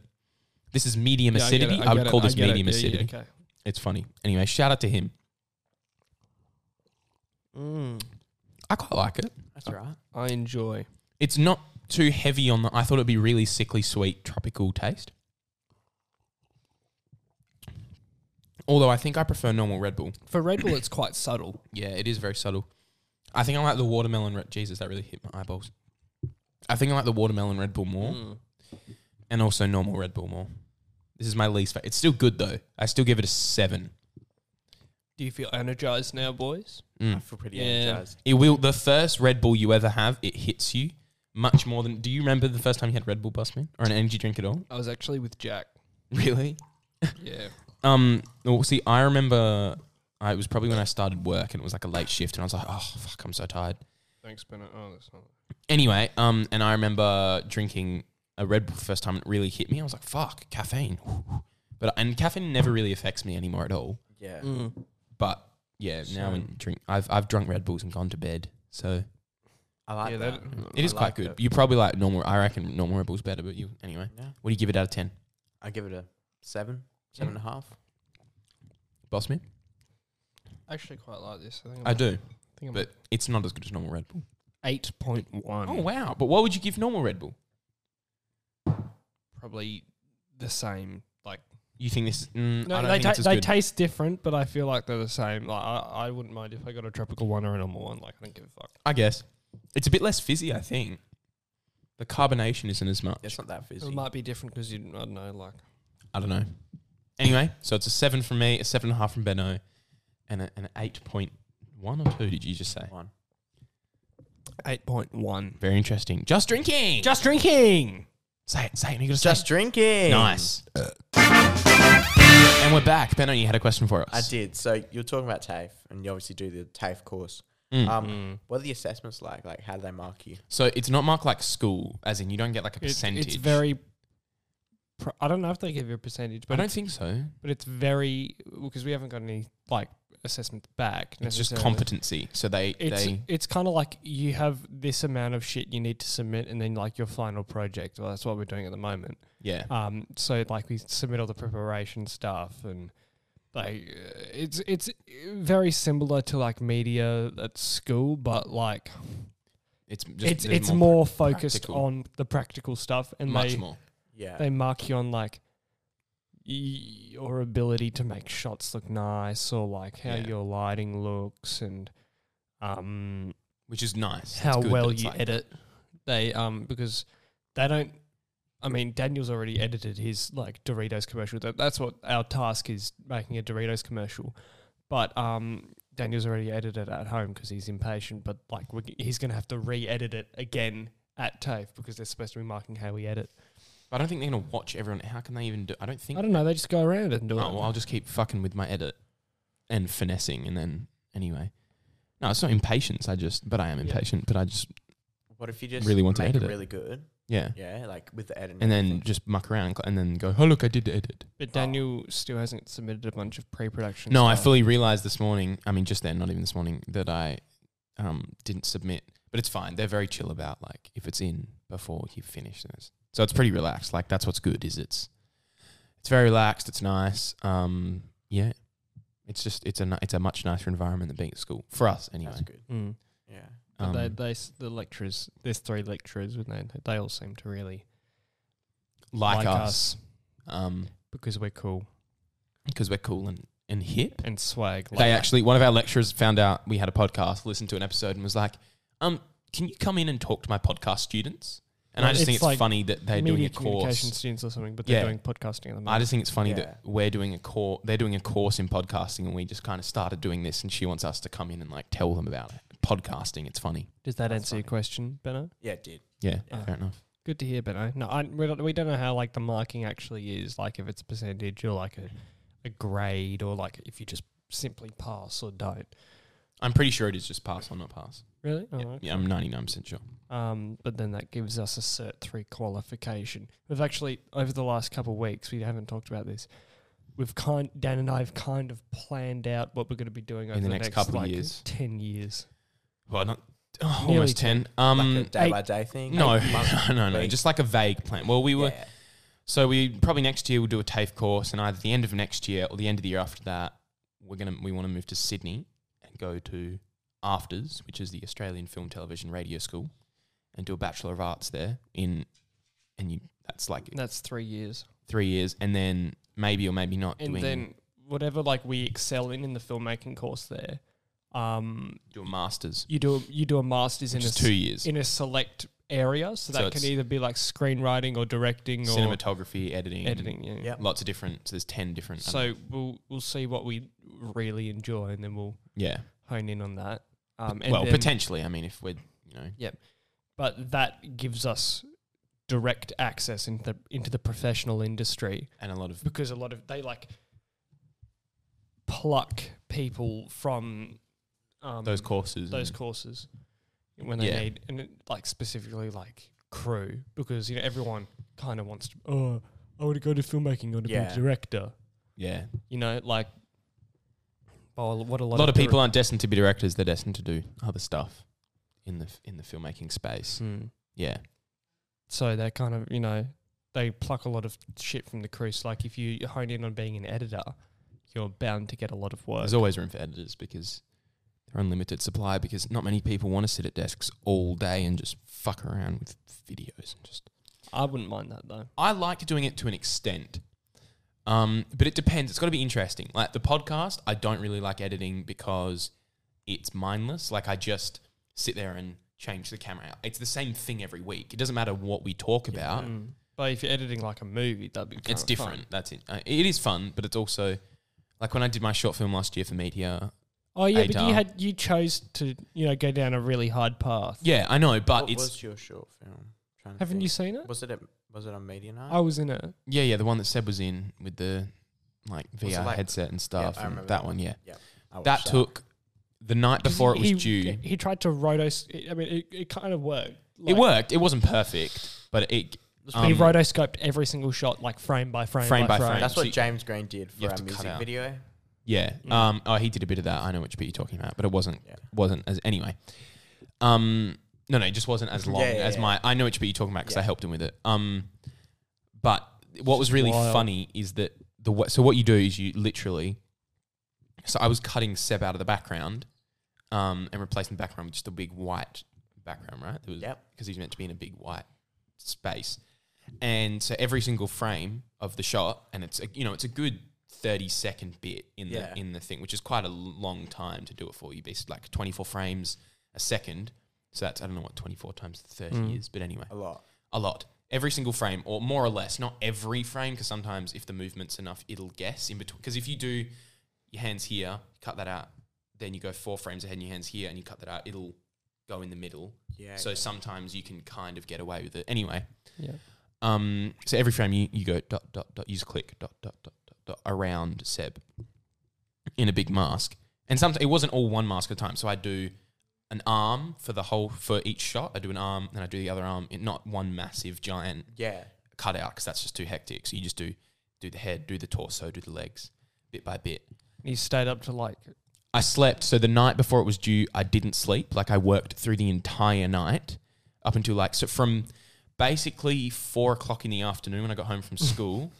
Speaker 1: this is medium
Speaker 4: Yeah, I get it,
Speaker 1: acidity. I,
Speaker 4: I
Speaker 1: would
Speaker 4: get it,
Speaker 1: call
Speaker 4: I
Speaker 1: this
Speaker 4: get it.
Speaker 1: medium
Speaker 4: Yeah, yeah,
Speaker 1: acidity.
Speaker 4: okay.
Speaker 1: It's funny. Anyway, shout out to him. I quite like it.
Speaker 3: That's right.
Speaker 4: Mm, I enjoy.
Speaker 1: It's not too heavy on the. I thought it'd be really sickly sweet tropical taste. Although I think I prefer normal Red Bull.
Speaker 4: For Red Bull, it's
Speaker 1: [LAUGHS]
Speaker 4: quite subtle.
Speaker 1: Yeah, it is very subtle. I think I like the watermelon. Red, Jesus, that really hit my eyeballs. I think I like the watermelon Red Bull more,
Speaker 4: Mm.
Speaker 1: and also normal Red Bull more. This is my least favorite. It's still good though. I still give it a seven.
Speaker 4: Do you feel energized now, boys?
Speaker 1: Mm.
Speaker 3: I feel pretty
Speaker 4: Yeah.
Speaker 3: energized.
Speaker 1: It will. The first Red Bull you ever have, it hits you much more than. Do you remember the first time you had Red Bull, Busman, or an energy drink at all?
Speaker 4: I was actually with Jack.
Speaker 1: Really?
Speaker 4: Yeah.
Speaker 1: Um. Well, see, I remember. I, it was probably when I started work, and it was like a late shift, and I was like, "Oh fuck, I'm so tired."
Speaker 4: Thanks, Bennett. Oh, that's not.
Speaker 1: Anyway, um, and I remember drinking a Red Bull the first time. It really hit me. I was like, "Fuck, caffeine." [LAUGHS] But and caffeine never really affects me anymore at all.
Speaker 3: Yeah.
Speaker 4: Mm.
Speaker 1: But yeah, now when drink, I've I've drunk Red Bulls and gone to bed, so
Speaker 3: I like
Speaker 4: Yeah,
Speaker 3: that. Mm,
Speaker 4: that-
Speaker 1: it is
Speaker 3: I
Speaker 1: quite
Speaker 3: like
Speaker 1: good.
Speaker 3: it.
Speaker 1: You probably like normal. I reckon normal Red Bulls better, but you anyway.
Speaker 3: Yeah.
Speaker 1: What do you give it out of ten?
Speaker 3: I give it a seven, seven and a half.
Speaker 1: Boss man?
Speaker 4: I actually quite like this. I think. I'm
Speaker 1: I do,
Speaker 4: think I'm
Speaker 1: but it's not as good as normal Red Bull.
Speaker 2: Eight point one.
Speaker 1: Oh wow! But what would you give normal Red Bull?
Speaker 4: probably the same. Like
Speaker 1: You think this? Mm, I
Speaker 2: No,
Speaker 1: don't
Speaker 2: they,
Speaker 1: think
Speaker 2: ta-
Speaker 1: it's as
Speaker 2: they
Speaker 1: good.
Speaker 2: taste different, but I feel like they're the same. Like I, I wouldn't mind if I got a tropical one or a normal one. Like I don't give a fuck.
Speaker 1: I guess it's a bit less fizzy. I think the carbonation isn't as much.
Speaker 3: It's not that
Speaker 4: it
Speaker 3: fizzy.
Speaker 4: might be different because you. I don't know. Like
Speaker 1: I don't know. Anyway, so it's a seven from me, a seven and a half from Benno, and a, an eight point one or two. Did you just say?
Speaker 3: One.
Speaker 4: eight point one.
Speaker 1: Very interesting. Just drinking.
Speaker 2: Just drinking.
Speaker 1: say it. Say it. You gotta say
Speaker 3: Just drinking.
Speaker 1: it. nice. and we're back. Benno, you had a question for us.
Speaker 3: I did. So you're talking about TAFE, and you obviously do the TAFE course.
Speaker 1: Mm.
Speaker 2: Uh,
Speaker 3: Um, What are the assessments like? Like, how do they mark you?
Speaker 1: So it's not marked like school, as in you don't get like a
Speaker 2: It-
Speaker 1: percentage.
Speaker 2: It's very. Pr- I don't know if they give you a percentage,
Speaker 1: I
Speaker 2: but
Speaker 1: don't
Speaker 2: it's,
Speaker 1: think so.
Speaker 2: but it's very because we haven't got any like assessments back.
Speaker 1: It's just
Speaker 2: necessarily.
Speaker 1: competency. So they
Speaker 2: It's
Speaker 1: they
Speaker 2: it's kind of like you have this amount of shit you need to submit, and then like your final project. Well, that's what we're doing at the moment.
Speaker 1: yeah.
Speaker 2: Um, so like we submit all the preparation stuff, and like uh, it's it's very similar to like media at school, but like
Speaker 1: It's just
Speaker 2: it's
Speaker 1: there's
Speaker 2: it's more focused
Speaker 1: practical.
Speaker 2: on the practical stuff, and
Speaker 1: much
Speaker 2: they
Speaker 1: more.
Speaker 3: Yeah.
Speaker 2: they mark you on like y- your ability to make shots look nice, or like how
Speaker 1: Yeah.
Speaker 2: your lighting looks, and um
Speaker 1: which is nice. It's
Speaker 2: how
Speaker 1: good that
Speaker 2: well
Speaker 1: it's
Speaker 2: you
Speaker 1: like-
Speaker 2: edit. They um because they don't. I mean, Daniel's already edited his like Doritos commercial. That that's what our task is making a Doritos commercial. But um, Daniel's already edited it at home because he's impatient. But like we're, g- he's gonna have to re-edit it again at TAFE because they're supposed to be marking how we edit.
Speaker 1: But I don't think they're gonna watch everyone. How can they even do? I don't think.
Speaker 2: I don't know. They just go around and do
Speaker 1: oh,
Speaker 2: it.
Speaker 1: well, I'll just keep fucking with my edit and finessing, and then anyway. No, it's not impatience. I just, but I am
Speaker 2: Yeah.
Speaker 1: impatient. But I just,
Speaker 3: What if you just
Speaker 1: Really want to
Speaker 3: make
Speaker 1: edit
Speaker 3: it
Speaker 1: it.
Speaker 3: really good?
Speaker 1: yeah.
Speaker 3: Yeah, like with the edit.
Speaker 1: And then
Speaker 3: everything.
Speaker 1: just muck around and cl- and then go, oh look, I did the edit.
Speaker 2: but Daniel still hasn't submitted a bunch of pre-production.
Speaker 1: No, I
Speaker 2: stuff.
Speaker 1: fully realized this morning. I mean, just then, not even this morning, that I um, didn't submit. But it's fine. They're very chill about like if it's in before you finish this. So it's pretty relaxed. Like that's what's good. Is it's it's very relaxed. It's nice. Um, yeah. It's just it's a ni- it's a much nicer environment than being at school for us anyway.
Speaker 3: that's good.
Speaker 2: Mm.
Speaker 3: Yeah.
Speaker 2: But
Speaker 1: Um,
Speaker 2: they, they, s- the lecturers, there's three lecturers, and they they all seem to really
Speaker 1: like, us, Um
Speaker 2: because we're cool
Speaker 1: because we're cool and and hip.
Speaker 2: and swag.
Speaker 1: they actually one of our lecturers found out we had a podcast, listened to an episode, and was like, "Um, can you come in and talk to my podcast students?" And I
Speaker 2: Well,
Speaker 1: just think
Speaker 2: it's
Speaker 1: it's
Speaker 2: like
Speaker 1: funny that they're doing
Speaker 2: media
Speaker 1: a
Speaker 2: communication
Speaker 1: course.
Speaker 2: students or something, but they're
Speaker 1: Yeah.
Speaker 2: doing podcasting at the moment.
Speaker 1: I just think it's funny that
Speaker 3: Yeah.
Speaker 1: we're doing a course. They're doing a course in podcasting, and we just kind of started doing this. And she wants us to come in and like tell them about it. podcasting. It's funny.
Speaker 2: Does that
Speaker 3: That's
Speaker 2: answer your
Speaker 3: funny.
Speaker 2: question, Benno?
Speaker 3: Yeah, it did.
Speaker 1: Yeah,
Speaker 2: Yeah.
Speaker 1: fair enough.
Speaker 2: Good to hear, Benno. No, I, we, don't, we don't know how like the marking actually is, like if it's a percentage or like a, a grade or like if you just simply pass or don't.
Speaker 1: I'm pretty sure it is just pass or not pass.
Speaker 2: Really? Oh,
Speaker 1: Yeah,
Speaker 2: okay.
Speaker 1: yeah, I'm 99% sure.
Speaker 2: Um, but then that gives us a Cert 3 qualification. We've actually, over the last couple of weeks, we haven't talked about this. We've kind, Dan and I have kind of planned out what we're going to be doing over
Speaker 1: the
Speaker 2: the,
Speaker 1: next
Speaker 2: next,
Speaker 1: couple of
Speaker 2: like,
Speaker 1: years.
Speaker 2: 10 years.
Speaker 1: Well, not oh,
Speaker 2: Nearly
Speaker 1: almost 10. Um,
Speaker 3: like a day
Speaker 2: eight-
Speaker 3: by day thing.
Speaker 1: no,
Speaker 3: Eight months.
Speaker 1: [LAUGHS] no, no, no.
Speaker 3: week.
Speaker 1: Just like a vague plan. Well, we were,
Speaker 3: Yeah.
Speaker 1: so we probably next year we'll do a TAFE course, and either the end of next year or the end of the year after that, we're gonna we want to move to Sydney and go to Afters, which is the Australian Film, Television, Radio School, and do a Bachelor of Arts there. In and you that's like
Speaker 2: That's three years.
Speaker 1: three years, and then maybe or maybe not
Speaker 2: And
Speaker 1: doing
Speaker 2: then whatever like we excel in in the filmmaking course there, um,
Speaker 1: do a masters,
Speaker 2: you do you do a master's in
Speaker 1: which
Speaker 2: a,
Speaker 1: is
Speaker 2: s-
Speaker 1: two years.
Speaker 2: in a select area.
Speaker 1: So
Speaker 2: So, that
Speaker 1: it's-
Speaker 2: can either be like screenwriting or directing or
Speaker 1: Cinematography, editing,
Speaker 2: editing. Yeah.
Speaker 3: Yep.
Speaker 1: lots of different. So there's ten different. um,
Speaker 2: So we'll we'll see what we really enjoy, and then we'll
Speaker 1: yeah,
Speaker 2: hone in on that. Um, and
Speaker 1: well,
Speaker 2: then-
Speaker 1: potentially. I mean, if we're you know
Speaker 2: but that gives us direct access into the, into the professional industry
Speaker 1: and a lot of
Speaker 2: because a lot of they like pluck people from um,
Speaker 1: those courses,
Speaker 2: those
Speaker 1: and-
Speaker 2: courses when they
Speaker 1: Yeah.
Speaker 2: need and it, like specifically like crew because you know everyone kind of wants to oh I want to go to filmmaking or to be
Speaker 3: Yeah.
Speaker 2: a director
Speaker 1: yeah,
Speaker 2: you know like oh what a
Speaker 1: a
Speaker 2: lot,
Speaker 1: lot of
Speaker 2: dir-
Speaker 1: people aren't destined to be directors; they're destined to do other stuff in the in the filmmaking space.
Speaker 2: Hmm.
Speaker 1: Yeah,
Speaker 2: so they kind of you know they pluck a lot of shit from the crew. So like if you hone in on being an editor, you're bound to get a lot of work.
Speaker 1: there's always room for editors because they're unlimited supply. Because not many people want to sit at desks all day and just fuck around with videos and just.
Speaker 2: I wouldn't mind that though.
Speaker 1: I like doing it to an extent. Um, but it depends. It's got to be interesting. Like the podcast, I don't really like editing because it's mindless. Like I just sit there and change the camera out. It's the same thing every week. It doesn't matter what we talk about.
Speaker 2: Mm. But if you're editing like a movie, that'd be
Speaker 1: Oh. It's
Speaker 2: kinda
Speaker 1: different.
Speaker 2: fun.
Speaker 1: That's it. Uh, it is fun, but it's also like when I did my short film last year for Media.
Speaker 2: Oh yeah, but
Speaker 1: Adar.
Speaker 2: you had you chose to you know go down a really hard path.
Speaker 1: Yeah, I know, but
Speaker 3: what
Speaker 1: it's
Speaker 3: was your short film? Trying to
Speaker 2: Haven't you
Speaker 3: think.
Speaker 2: seen it?
Speaker 3: Was it at, was it on Media Night?
Speaker 1: Oh,
Speaker 2: I was in it.
Speaker 1: yeah, yeah, the one that Seb was in with the like
Speaker 3: it
Speaker 1: VR
Speaker 3: like-
Speaker 1: headset and stuff.
Speaker 3: I
Speaker 1: and
Speaker 3: remember
Speaker 1: that
Speaker 3: that Oh,
Speaker 1: one, yeah.
Speaker 3: I watched
Speaker 1: That took the night before it was
Speaker 2: He-
Speaker 1: due.
Speaker 2: He tried to roto. I mean, it, it kind of worked.
Speaker 1: it worked. It wasn't perfect, but it
Speaker 2: he
Speaker 1: um,
Speaker 2: rotoscoped every single shot, like frame by frame.
Speaker 1: Frame by frame.
Speaker 3: That's
Speaker 1: So
Speaker 3: what
Speaker 1: you-
Speaker 3: James Green did
Speaker 1: you have
Speaker 3: for our
Speaker 1: to cut
Speaker 3: music
Speaker 1: out.
Speaker 3: video.
Speaker 1: yeah. Um, oh, he did a bit of that. I know which bit you're talking about, but it wasn't
Speaker 3: Yeah.
Speaker 1: wasn't as anyway. Um, no, no, it just wasn't as long
Speaker 3: Yeah, yeah,
Speaker 1: as
Speaker 3: yeah.
Speaker 1: my. I know which bit you're talking about because I
Speaker 3: Yeah.
Speaker 1: helped him with it. Um, but what was really
Speaker 2: wild.
Speaker 1: funny is that the wa- so what you do is you literally. So I was cutting Seb out of the background, um, and replacing the background with just a big white background, right? There was,
Speaker 3: Yep.
Speaker 1: Because he's meant to be in a big white space. And so every single frame of the shot, and it's a, you know it's a good thirty second bit in
Speaker 3: Yeah.
Speaker 1: the in the thing, which is quite a long time to do it for you. Basically, like twenty four frames a second. So that's I don't know what twenty four times thirty
Speaker 3: Mm.
Speaker 1: is, but anyway,
Speaker 3: A lot.
Speaker 1: a lot. Every single frame, or more or less, not every frame, because sometimes if the movement's enough, it'll guess in between. Because if you do your hands here, cut that out, then you go four frames ahead and your hands here, and you cut that out, it'll go in the middle.
Speaker 3: Yeah.
Speaker 1: So sometimes you can kind of get away with it. Anyway,
Speaker 2: Yeah.
Speaker 1: um, so every frame you, you go dot dot dot, you just click dot dot dot dot dot around Seb in a big mask, and sometimes it wasn't all one mask at a time. So I do an arm for the whole for each shot. I do an arm, then I do the other arm, in not one massive giant
Speaker 3: yeah.
Speaker 1: cut out because that's just too hectic. So you just do do the head, do the torso, do the legs, bit by bit.
Speaker 2: He stayed up to like
Speaker 1: I slept. So the night before it was due, I didn't sleep. Like I worked through the entire night up until like so from basically four o'clock in the afternoon when I got home from school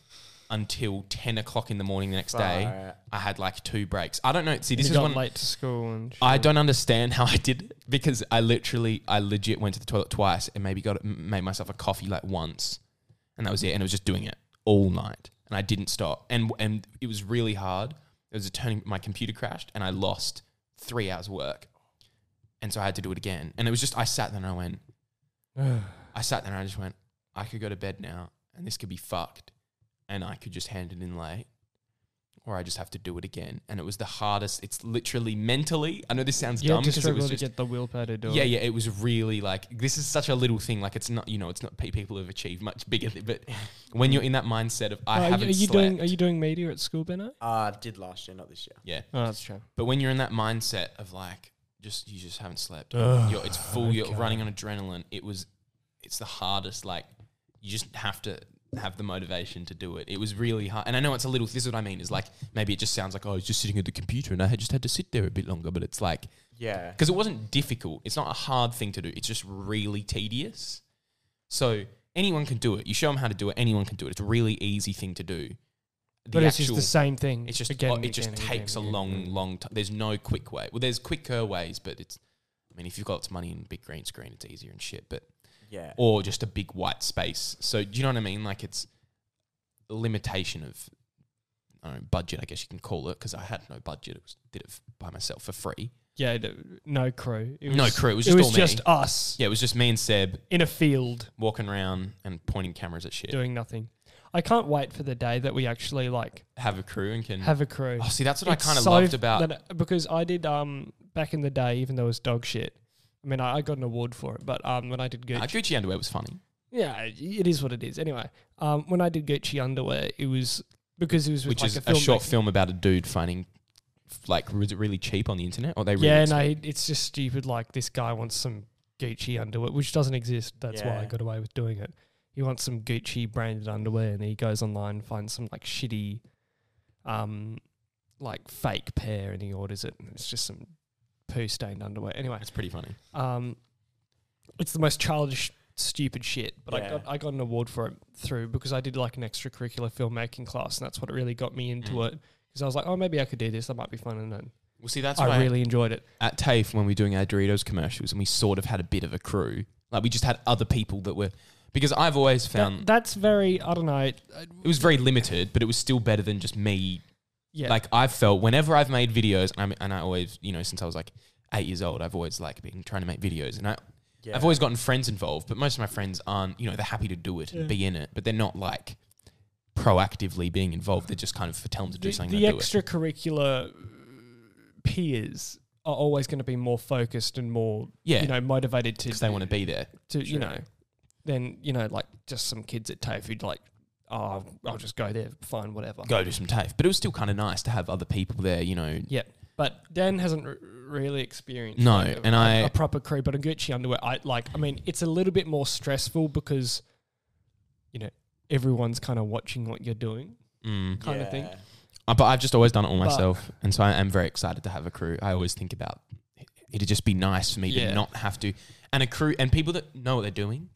Speaker 1: until ten o'clock in the morning the next day.
Speaker 3: Alright.
Speaker 1: I had like two breaks. I don't know. See,
Speaker 2: he
Speaker 1: this is
Speaker 2: got
Speaker 1: one
Speaker 2: late to school and
Speaker 1: I
Speaker 2: [SIGHS]
Speaker 1: don't understand how I did it because I literally, I legit went to the toilet twice and maybe got m- made myself a coffee like once, and that was it. And it was just doing it all night, and I didn't stop. And and it was really hard. It was a turning. My computer crashed, and I lost three hours work, and so I had to do it again. And it was just I sat there and I went,
Speaker 2: don't.
Speaker 1: I sat there and I just went, I could go to bed now, and this could be fucked, and I could just hand it in late, or I just have to do it again. And it was the hardest. It's literally mentally. I know this sounds
Speaker 2: You
Speaker 1: dumb
Speaker 2: had to
Speaker 1: because it
Speaker 2: struggle
Speaker 1: was
Speaker 2: to
Speaker 1: just
Speaker 2: get the willpower to do
Speaker 1: yeah,
Speaker 2: it.
Speaker 1: yeah. It was really like this is such a little thing. Like it's not, you know, it's not pe- people have achieved much bigger. Th- but when you're in that mindset of I
Speaker 2: Oh, are, you,
Speaker 1: haven't
Speaker 2: are you
Speaker 1: slept,
Speaker 2: doing? Are you doing media at school, Benno?
Speaker 3: Uh, did last year, not this year.
Speaker 1: yeah.
Speaker 2: Oh, that's true.
Speaker 1: But when you're in that mindset of like just you just haven't slept,
Speaker 2: Ugh, [SIGHS]
Speaker 1: you're, it's full. You're
Speaker 2: okay.
Speaker 1: running on adrenaline. It was, it's the hardest. Like you just have to have the motivation to do it. It was really hard. And I know it's a little. This is what I mean. Is like maybe it just sounds like oh, I was just sitting at the computer and I had just had to sit there a bit longer. But it's like
Speaker 3: Yeah.
Speaker 1: because it wasn't difficult. It's not a hard thing to do. It's just really tedious. So anyone can do it. You show them how to do it. Anyone can do it. It's a really easy thing to do. The
Speaker 2: But it's just the same thing.
Speaker 1: it's just
Speaker 2: again,
Speaker 1: oh,
Speaker 2: and
Speaker 1: it just
Speaker 2: again and
Speaker 1: takes
Speaker 2: again
Speaker 1: a
Speaker 2: and
Speaker 1: long,
Speaker 2: again.
Speaker 1: long time. There's no quick way. Well, there's quicker ways, but it's. I mean, if you've got lots of money and a big green screen, it's easier and shit. But
Speaker 3: Yeah.
Speaker 1: or just a big white space. So do you know what I mean? Like it's a limitation of I don't know, budget. I guess you can call it because I had no budget. It was did it f- by myself for free.
Speaker 2: Yeah, d- no crew. It
Speaker 1: no
Speaker 2: was-
Speaker 1: crew. It was
Speaker 2: It
Speaker 1: just
Speaker 2: was
Speaker 1: all
Speaker 2: just
Speaker 1: me.
Speaker 2: us
Speaker 1: Yeah, it was just me and Seb
Speaker 2: in a field
Speaker 1: walking around and pointing cameras at shit.
Speaker 2: doing nothing. I can't wait for the day that we actually like
Speaker 1: Have a crew and can.
Speaker 2: have a crew.
Speaker 1: oh, see, that's what
Speaker 2: It's
Speaker 1: I kind of
Speaker 2: so
Speaker 1: loved about.
Speaker 2: that- uh, because I did um back in the day, even though it was dog shit. I mean, I, I got an award for it, but um when I did Gucci,
Speaker 1: Nah, Gucci underwear was funny.
Speaker 2: yeah, it is what it is. Anyway, um when I did Gucci underwear, it was because it was with
Speaker 1: which
Speaker 2: like
Speaker 1: is
Speaker 2: a,
Speaker 1: a, short
Speaker 2: filmmaker.
Speaker 1: film about a dude finding, f- like, was it really cheap on the internet? Or they really
Speaker 2: Yeah,
Speaker 1: cheap?
Speaker 2: no, it- it's just stupid. Like this guy wants some Gucci underwear, which doesn't exist. That's why I
Speaker 3: Yeah.
Speaker 2: got away with doing it. He wants some Gucci branded underwear, and he goes online and finds some like shitty, um, like fake pair, and he orders it, and it's just some poo stained underwear. Anyway,
Speaker 1: That's pretty funny.
Speaker 2: um, it's the most childish, stupid shit. But I
Speaker 3: Yeah.
Speaker 2: got I got an award for it through because I did like an extracurricular filmmaking class, and that's what really got me into
Speaker 1: Mm.
Speaker 2: it. Because I was like, oh, maybe I could do this. That might be fun, and then
Speaker 1: Well, see, that's why
Speaker 2: I really enjoyed it.
Speaker 1: at TAFE when we were doing our Doritos commercials and we sort of had a bit of a crew. Like, we just had other people that were. Because I've always
Speaker 2: That-
Speaker 1: found
Speaker 2: that's very I don't know.
Speaker 1: it was very limited, but it was still better than just me.
Speaker 2: Yeah,
Speaker 1: Like, I've felt whenever I've made videos, and, I'm, and I always, you know, since I was like eight years old, I've always like been trying to make videos. And I,
Speaker 3: Yeah.
Speaker 1: I've always gotten friends involved, but most of my friends aren't, you know, they're happy to do it
Speaker 2: Yeah.
Speaker 1: and be in it, but they're not like proactively being involved. They're just kind of for tell them to do
Speaker 2: the,
Speaker 1: something.
Speaker 2: the
Speaker 1: they
Speaker 2: extracurricular uh, peers are always going to be more focused and
Speaker 1: do
Speaker 2: more
Speaker 1: it. Yeah.
Speaker 2: you know motivated to
Speaker 1: because they want to be there.
Speaker 2: to you
Speaker 3: Sure.
Speaker 2: know than you know like just some kids at TAFE who'd like oh I'll just go there fine whatever.
Speaker 1: Go do some TAFE. But it was still kind of nice to have other people there, you know.
Speaker 2: But Dan hasn't r- really experienced
Speaker 1: No,
Speaker 2: like, a-
Speaker 1: and
Speaker 2: a-
Speaker 1: I-
Speaker 2: a proper crew, but a Gucci underwear. I like. I mean, it's a little bit more stressful because you know everyone's kind of watching what you're doing,
Speaker 1: Mm.
Speaker 2: kind of thing.
Speaker 3: Yeah.
Speaker 1: Uh, But I've just always done it all
Speaker 2: But-
Speaker 1: myself. and so I am very excited to have a crew. I always think about it- it'd just be nice for me
Speaker 2: Yeah.
Speaker 1: to not have to. And a crew and people that know what they're doing.